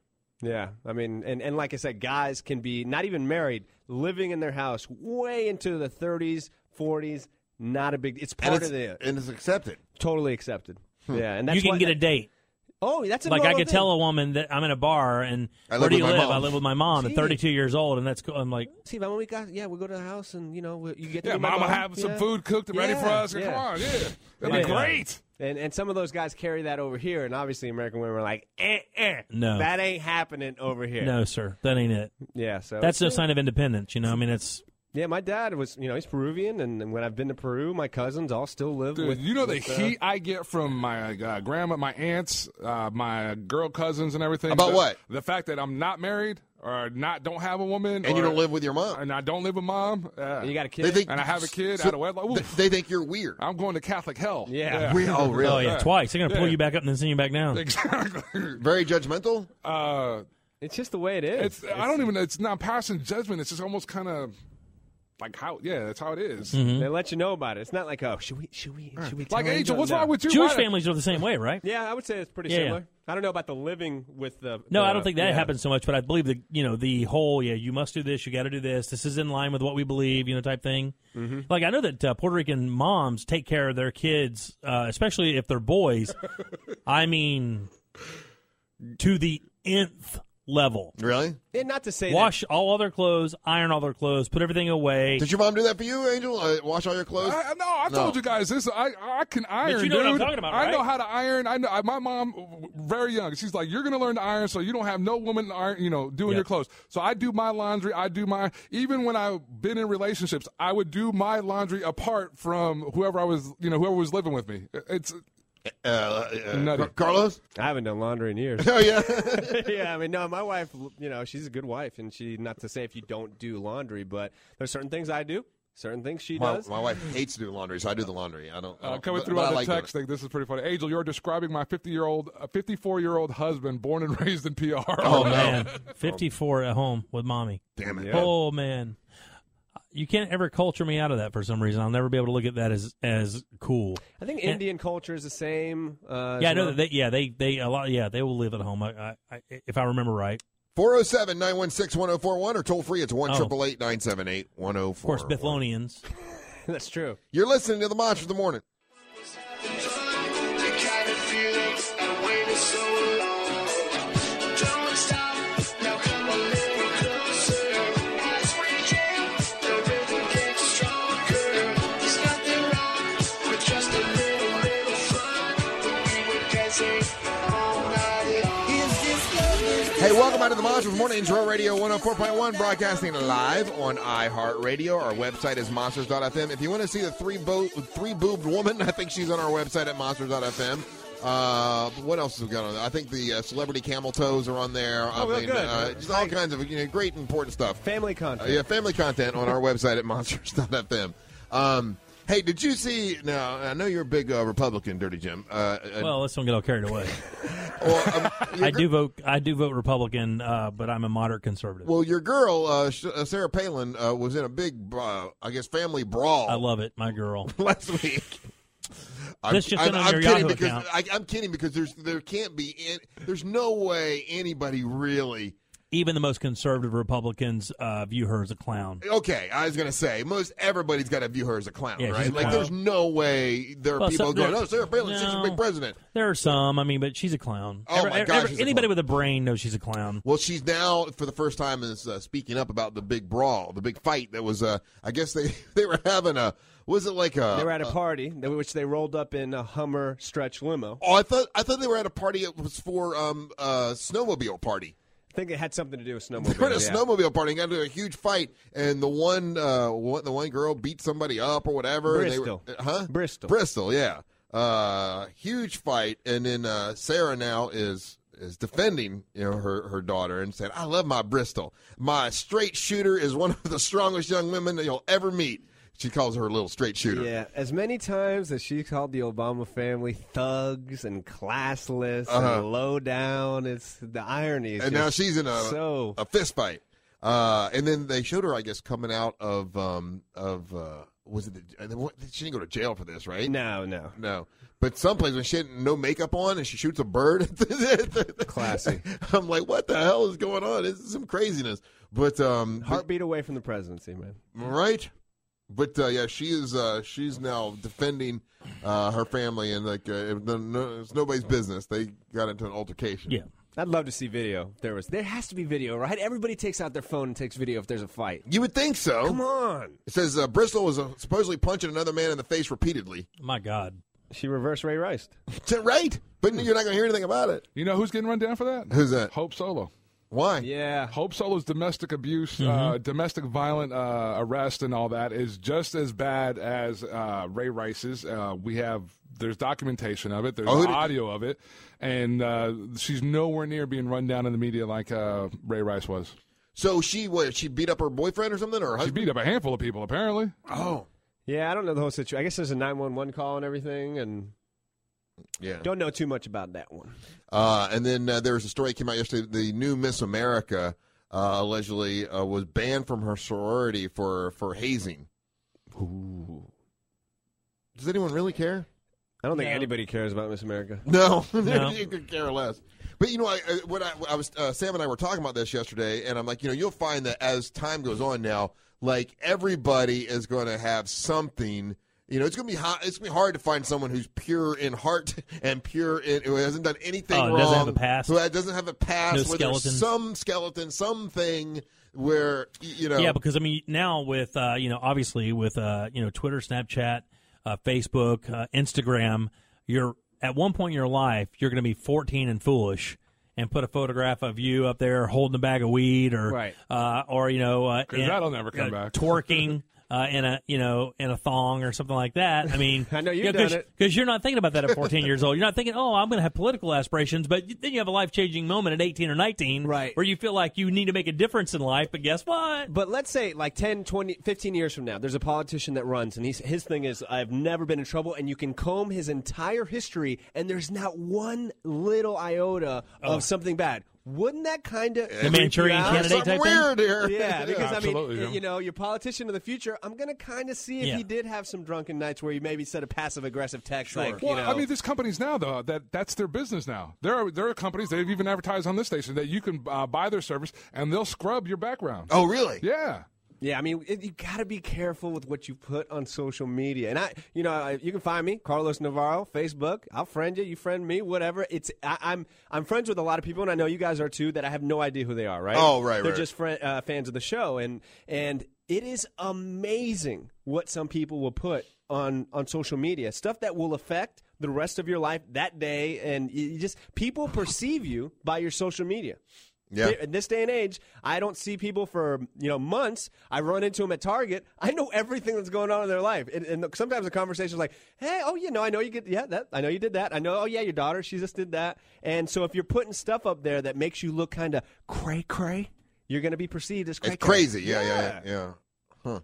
D: Yeah, I mean, and, and like I said, guys can be not even married, living in their house way into the 30s, 40s. Not a big. It's
A: and
D: part
A: it's, Hmm.
D: of the
A: and it's accepted.
D: totally accepted. Yeah, and that's
B: you can
D: why-
B: get a date.
D: Oh, that's a
B: like I
D: normal
B: could
D: thing.
B: tell a woman that I'm in a bar and
A: I live
B: where do you
A: with my
B: live?
A: mom."
B: I live with my mom.
D: Gee.
B: I'm 32 years old, and that's cool. I'm like,
D: Steve, when we got, yeah, we go to the house and you know we- you get. to
C: Yeah,
D: meet my
C: mama
D: mom.
C: have some
D: Yeah.
C: food cooked and ready
D: Yeah,
C: for us.
D: yeah.
C: Come on, yeah. That'd
D: Yeah.
C: be great.
D: And and some of those guys carry that over here, and obviously American women are like, eh, eh,
B: No.
D: that ain't happening over here.
B: no, sir, that ain't it.
D: Yeah, so
B: That's no
D: it's-
B: sign of independence. You know, I mean, it's
D: Yeah, my dad was, you know, he's Peruvian, and and when I've been to Peru, my cousins all still live
C: Dude,
D: with.
C: you know the
D: with, uh,
C: heat I get from my uh, grandma, my aunts, uh, my girl cousins, and everything.
A: About
C: The-
A: what?
C: The fact that I'm not married or not don't have a woman,
A: And you
C: or-
A: don't live with your mom.
C: and I don't live with mom. Uh,
D: and you got a kid.
A: They think,
C: and I have a kid
A: so
C: out of wedlock. Oh, Ooh,
A: th- They think you're weird.
C: I'm going to Catholic hell.
D: Yeah.
A: Re- oh, really?
B: oh yeah, twice. They're gonna pull
C: Yeah.
B: you back up and then send you back
C: (laughs)
D: (laughs)
B: down.
C: exactly.
A: Very judgmental.
C: Uh,
D: it's just the way it is.
C: it's, uh, I don't even. It's not passing judgment. It's just almost kind of like how. Yeah, that's how it is.
D: They let you know about it. It's not like, oh, should we, should we, should we?
C: Mm. Like
D: tell
C: Angel,
D: Angel?
C: what's
D: No.
C: wrong with you?
B: Jewish
C: Why-
B: families are the same way, right?
D: Yeah, I would say it's pretty
B: Yeah, yeah.
D: similar. I don't know about the living with the.
B: No, I
D: the-
A: Uh,
B: don't think that
D: yeah.
B: happens so much, but I believe the you know the whole yeah you must do this, you got to do this. This is in line with what we believe, you know, type thing.
A: Mm-hmm.
B: Like I know that uh, Puerto Rican moms take care of their kids, uh, especially if
A: (laughs)
B: they're boys. I mean, to the nth level.
A: Really?
D: And not to say
B: Wash all other clothes, iron all their clothes, put everything away.
A: Did your mom do that for you, Angel? Uh, wash all your clothes.
C: I, I- no, I told
A: No.
C: you guys this. I I can iron.
B: you know
C: dude.
B: what I'm talking about,
C: I know
B: right?
C: how to iron. I know I, my mom w- very young. She's like, you're gonna learn to iron, so you don't have no woman to iron. You know, doing
B: Yep.
C: your clothes. So I do my laundry. I do my even when I've been in relationships, I would do my laundry apart from whoever I was. You know, whoever was living with me. It's
A: Uh, uh,
C: Nutty.
A: Car- Carlos.
D: I haven't done laundry in years.
A: (laughs) Oh yeah.
D: (laughs) yeah, I mean, no, my wife, you know, she's a good wife, and she not to say if you don't do laundry, but there's certain things I do, certain things she
A: my,
D: does.
A: my wife hates to do laundry, so I do the laundry. I don't. I
C: Uh,
A: don't-
C: coming
A: Oh, but-
C: through
A: but I
C: on the
A: like doing
C: text
A: it.
C: thing, this is pretty funny. Angel, you're describing my 50 year old, 54 year old husband, born and (laughs) raised in PR.
A: Oh no.
B: man, 54 at home with mommy.
A: Damn it.
B: Oh man, you can't ever culture me out of that for some reason. I'll never be able to look at that as as cool.
D: I think Indian culture is the same. Uh,
B: Yeah, I
D: as
B: know
D: well.
B: that. They, yeah, they they a lot. Yeah, they will live at home. I, I, I if I remember right.
A: 407 916 1041 or toll free. It's 1
B: Oh.
A: 978
B: Of
A: (laughs)
B: course, Bithlonians.
D: (laughs) That's true.
A: oh You're listening to the Monster of the Morning.
M: Drama stop, now come on, live.
A: Hey, welcome out to the Monsters Morning Show, Radio 104.1, broadcasting live on iHeartRadio. Our website is monsters.fm. If you want to see the three bo- three boobed woman, (laughs) I think she's on our website at monsters.fm. Uh, what else is going on? I think the uh, celebrity camel toes are on there. I
D: Oh, well, good.
A: Uh, just all kinds of you know, great, important stuff.
D: Family
A: Uh,
D: content.
A: yeah, family content on our website at (laughs) monsters.fm. Um, hey, did you see? Now, I know you're a big uh, Republican, Dirty Jim. Uh, um, uh,
B: Well, let's don't get all carried away. (laughs) I do vote. I do vote Republican, uh, but I'm a moderate conservative.
A: Well, your girl uh, Sh- uh, Sarah Palin uh, was in a big, uh, I guess, family brawl.
B: I love it, my girl.
A: (laughs) last week.
B: This just in on your
A: kidding
B: Yahoo
A: because
B: account.
A: I, I'm kidding because there's there can't be an- there's no way anybody really.
B: Even the most conservative Republicans uh, view her as a clown.
A: Okay, I was gonna say most everybody's got to view her as a clown,
B: Yeah, she's
A: right?
B: a
A: like
B: clown.
A: there's no way there are
B: Well,
A: people
B: some-
A: going,
B: there-
A: "Oh, Sarah Palin, she's a
B: no.
A: big president."
B: There are some, I mean, but she's a clown.
A: Oh, my gosh, she's a
B: anybody with a brain knows she's a clown.
A: Well, she's now for the first time is uh, speaking up about the big brawl, the big fight that was. Uh, I guess they (laughs) they were having a was it like a
D: they were at a party, th- which they rolled up in a Hummer stretch limo.
A: Oh, I thought I thought they were at a party. It was for um a snowmobile party.
D: I think it had something to do with
A: They were
D: snowmobiling.
A: at a
D: yeah.
A: snowmobile party and got into a huge fight, and the one uh one, the one girl beat somebody up or whatever. and
D: Bristol.
A: They were, uh, huh? Bristol. Bristol. Yeah. Uh, huge fight, and then uh, Sarah now is is defending you know her her daughter and said, "I love my Bristol. My straight shooter is one of the (laughs) strongest young women that you'll ever meet." She calls her a little straight shooter.
D: Yeah, as many times as she called the Obama family thugs and classless
A: Uh-huh.
D: and low down, it's the irony. Is
A: and now
D: just
A: she's in a
D: so
A: a fist fight. Uh, and then they showed her, I guess, coming out of um, of uh, was it? The, and then what- she didn't go to jail for this, right?
D: No, no,
A: no. But someplace when she had no makeup on and she shoots a bird, (laughs) classy. I'm like, what the hell is going on? This is some craziness. But um,
D: heartbeat away from the presidency, man.
A: right? But uh, yeah, she is. Uh, she's now defending uh, her family, and like, uh, it- no, it's nobody's business. They got into an altercation. Yeah.
D: I'd love to see video. There was, there has to be video, right? Everybody takes out their phone and takes video if there's a fight.
A: You would think so.
D: Come on.
A: It says uh, Bristol was uh, supposedly punching another man in the face repeatedly. (laughs)
B: My God.
D: She reverse Ray Rice.
A: right? But you're not going to hear anything about it.
C: You know who's getting run down for that?
A: Who's that?
C: Hope Solo.
A: Why?
D: Yeah.
C: Hope Solo's domestic abuse, uh, domestic violent uh, arrest, and all that is just as bad as uh, Ray Rice's. Uh, we have there's documentation of it. There's
A: Oh, who did-
C: audio of it, and uh, she's nowhere near being run down in the media like uh, Ray Rice was.
A: So she what? She beat up her boyfriend or something, or her
C: she beat up a handful of people apparently.
A: Oh,
D: Yeah, I don't know the whole situation. I guess there's a 911 call and everything, and
A: yeah.
D: don't know too much about that one.
A: Uh, and then uh, there was a story that came out yesterday. The new Miss America uh, allegedly uh, was banned from her sorority for for hazing.
D: Ooh.
A: Does anyone really care?
D: I don't think anybody cares about Miss America.
A: No, (laughs) you could care less. But you know, I, I- what I, I was uh, Sam and I were talking about this yesterday, and I'm like, you know, you'll find that as time goes on now, like everybody is going to have something. You know, it's gonna be hot, it's gonna be hard to find someone who's pure in heart (laughs) and pure in who hasn't done anything
B: Oh,
A: wrong,
B: doesn't have a past.
A: who doesn't have a past,
B: No
A: where there's
B: skeletons.
A: some skeleton, something where y- you know,
B: Yeah, because I mean, now with uh, you know, obviously with uh, you know, Twitter, Snapchat, uh, Facebook, uh, Instagram, you're at one point in your life you're going to be 14 and foolish. And put a photograph of you up there holding a bag of weed, or
C: Right.
B: uh, or you know, uh,
C: 'Cause
B: in-
C: that'll never come
B: uh,
C: back.
B: Twerking uh, in a you know in a thong or something like that. I mean, I know
D: you've
B: you know, 'cause-
D: done it.
B: because you're not thinking about that at 14 years old. You're not thinking, oh, I'm going to have political aspirations. But you- then you have a life changing moment at 18 or 19, right? Where you feel like you need to make a difference in life. But guess what?
D: But let's say like 10, 20, 15 years from now, there's a politician that runs, and he's, his thing is, I've never been in trouble, and you can comb his entire history, and there's not one little iota of something bad. Wouldn't that kind of
B: Oh. The Manchurian candidate Something type thing? weird here.
D: Yeah,
B: Yeah,
D: because I mean,
B: absolutely, yeah.
D: you know, your politician of the future, I'm going to kind of see if
C: Yeah.
D: he did have some drunken nights where he maybe said a passive aggressive text like,
C: well,
D: you know,
C: I mean, there's companies now though that that's their business now. There are there are companies they've even advertised on this station that you can uh, buy their service and they'll scrub your background.
A: (laughs) Oh, really?
C: Yeah.
D: Yeah, I mean, it, you got to be careful with what you put on social media. And I, you know, I, you can find me Carlos Navarro Facebook. I'll friend you. You friend me. Whatever. It's I, I'm I'm friends with a lot of people, and I know you guys are too. That I have no idea who they are. Right?
A: Oh, right,
D: They're
A: right.
D: just friend, uh, fans of the show, and and it is amazing what some people will put on on social media. Stuff that will affect the rest of your life that day, and you you just people perceive you by your social media.
A: Yeah.
D: In this day and age, I don't see people for you know months. I run into them at Target. I know everything that's going on in their life, and, and sometimes the conversation is like, "Hey, oh, you know, I know you get yeah that. I know you did that. I know. Oh yeah, your daughter, she just did that." And so if you're putting stuff up there that makes you look kind of cray cray, you're going to be perceived as cray
A: It's crazy. Yeah, yeah, yeah. yeah. Huh.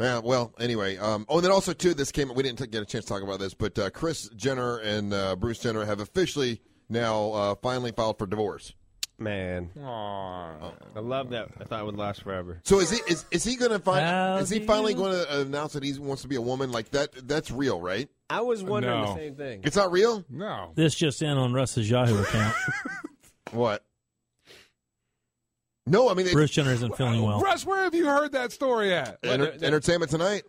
A: Yeah, well, anyway. Um, oh, and then also, too, this came, we didn't t- get a chance to talk about this, but uh, Chris Jenner and uh, Bruce Jenner have officially now uh, finally filed for divorce.
D: Man.
A: I
D: love that. I thought it would last forever.
A: So is he is, is he going to find is he finally going to announce that he wants to be a woman like that that's real right
D: I was wondering
A: No.
D: the same thing.
A: It's not real?
C: No.
B: This just in on Russ's
A: (laughs)
B: Yahoo account.
A: what? No, I mean
B: Bruce Jenner isn't feeling well.
C: Russ, where have you heard that story at?
A: Enter- Entertainment Tonight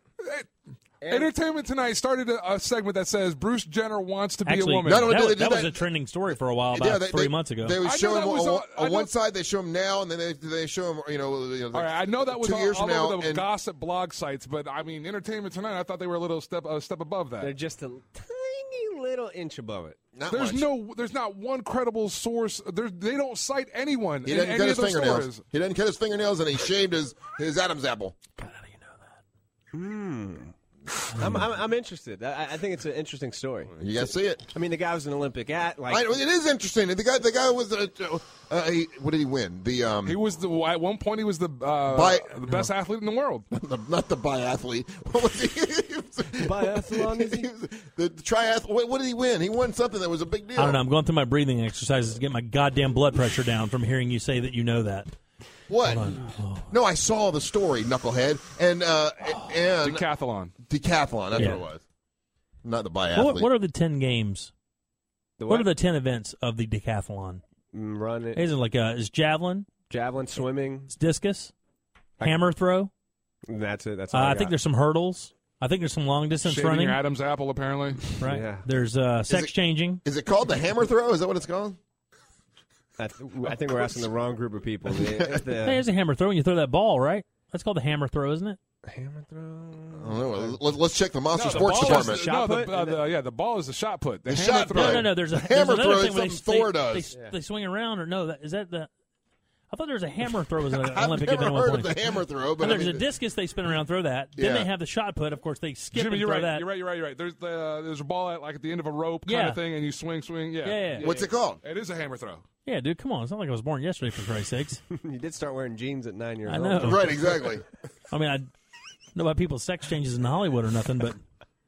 C: Entertainment Tonight started a, a segment that says Bruce Jenner wants to be
B: Actually,
C: a woman.
B: that, was, that was a trending story for a while about
A: Yeah, they-
B: three
A: they-
B: months ago.
A: They would show him
C: that
A: on,
C: was
A: one-
C: on- I
A: on
C: know-
A: one side, they show him now, and then they, they show him, you know, you know
C: All right, I know that was
A: two
C: all,
A: years
C: all
A: from now.
C: over the
A: and-
C: gossip blog sites, but I mean, Entertainment Tonight, I thought they were a little step a step above that.
D: They're just a tiny little inch above it.
C: there's no, there's not one credible source. There's, they don't cite anyone.
A: He
C: in
A: doesn't
C: any
A: cut
C: of
A: his
C: those
A: fingernails.
C: Stories.
A: He doesn't cut his fingernails, and he shaved his, his Adam's apple.
D: I'm, I'm, I'm interested. I, I think it's an interesting story.
A: You gotta see it.
D: I mean, the guy was an Olympic at like
A: I know, it is interesting. The guy, the guy was. Uh, uh, he, what did he win? The um,
C: He was the at one point he was the uh,
A: Bi-
C: the best athlete in the world.
A: (laughs) the, not the biathlete. (laughs) What was he?
D: (laughs) biathlon.
A: Is he? was- the, the triathlon. What, what did he win? He won something that was a big deal.
B: I don't know. I'm going through my breathing exercises to get my goddamn blood pressure down from hearing you say that you know that.
A: What? No, I saw the story, knucklehead, and uh, and
C: decathlon.
A: Decathlon. That's what
B: Yeah.
A: it was. Not the biathlete.
B: What, what are the ten games? what?
D: what?
B: are the ten events of the decathlon?
D: Mm, running,
B: Isn't it like uh, is javelin,
D: javelin, swimming.
B: it's discus, hammer throw?
D: That's it. That's
B: Uh,
D: all
B: I
D: got.
B: think there's some hurdles. I think there's some long distance
C: Shaving
B: running.
C: your Adam's apple, apparently.
B: Right.
D: Yeah.
B: There's uh,
A: Is
B: sex
A: it-
B: changing.
A: Is it called the hammer throw? Is that what it's called?
D: I, th- I think we're asking the wrong group of
B: (laughs)
D: people. The- it's the-
B: Hey, there's a hammer throw when you throw that ball, right? That's called the hammer throw, isn't it?
A: I don't know. Let's, let's check the Monster
C: the
A: Sports
C: ball
A: Department.
C: Is the, no, the, uh, the, yeah, the ball is the shot put. The,
A: The
C: hammer
A: shot
C: throw.
B: Oh, No, no, no. There's a
A: The
B: there's
A: hammer
B: another
A: throw is
B: thing where they,
A: something Thor
B: they, they-
A: does.
B: They, swing around, or no? That, is that the? I thought there was a hammer throw was an
A: (laughs) I've
B: Olympic
A: never
B: event. at one
A: heard of
B: point.
A: the hammer throw, but
B: And
A: I
B: there's
A: mean-
B: a discus they spin around, throw that. Then
A: Yeah.
B: they have the shot put. Of course, they skip
C: Jimmy,
B: and
C: you're
B: throw
C: right.
B: that.
C: You're right. You're right. You're right. There's the uh, there's a ball at like at the end of a rope kind
B: Yeah.
C: of thing, and you swing, swing. Yeah.
B: Yeah, yeah, yeah.
A: What's it called?
C: It is a hammer throw.
B: Yeah, dude, come on. It's not like I was born yesterday, for Christ's sakes.
D: you did start wearing jeans at nine years
B: I
D: old.
A: (laughs)
B: know.
A: Right, exactly.
B: I mean, I don't know about people's sex changes in Hollywood or nothing, but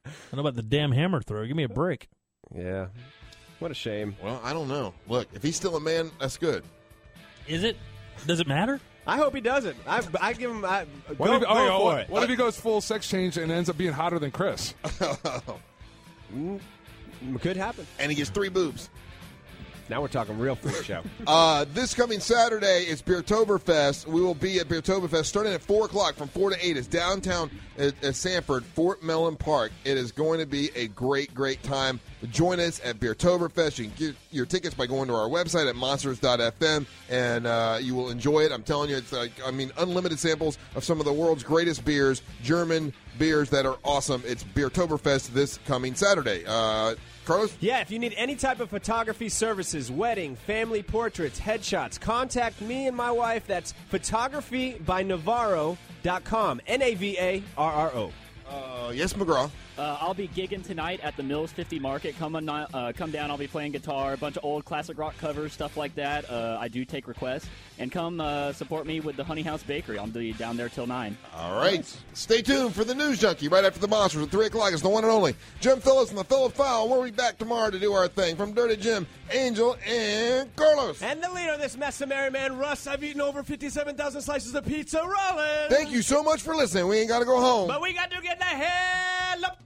B: I know about the damn hammer throw. Give me a break.
D: Yeah. What a shame.
A: Well, I don't know. Look, if he's still a man, that's good.
B: Is it? Does it matter?
D: I hope he doesn't. I, I give him. I,
C: What,
D: go,
C: if,
D: go
C: oh, yeah,
D: for
C: what,
D: it.
C: what if he goes full sex change and ends up being hotter than Chris?
D: Mm, could happen.
A: And he gets three boobs.
D: Now we're talking real freak
B: (laughs)
D: show.
A: Uh, this coming Saturday is Beertoberfest. We will be at Beertoberfest starting at 4 o'clock from 4 to 8. It's downtown at, at Sanford, Fort Mellon Park. It is going to be a great, great time. Join us at Beertoberfest. You can get your tickets by going to our website at monsters.fm, and uh, you will enjoy it. I'm telling you, it's like, I mean, unlimited samples of some of the world's greatest beers, German beers that are awesome. It's Beertoberfest this coming Saturday. Uh, Carlos?
D: Yeah, if you need any type of photography services, wedding, family portraits, headshots, contact me and my wife. That's photographybynavarro.com. N A V A R R O.
A: Uh, yes, McGraw.
E: Uh, I'll be gigging tonight at the Mills 50 Market. Come on, uh, come down. I'll be playing guitar, a bunch of old classic rock covers, stuff like that. Uh, I do take requests, and come uh, support me with the Honey House Bakery. I'll be down there till nine.
A: All right. Stay tuned for the News Junkie right after the Monsters at 3 o'clock. It's the one and only Jim Phillips and the Phillip File. We'll be back tomorrow to do our thing from Dirty Jim, Angel, and Carlos.
D: And the leader of this mess of merry man, Russ, I've eaten over 57,000 slices of pizza rolling.
A: Thank you so much for listening. We ain't got to go home.
D: But we got to get the hell up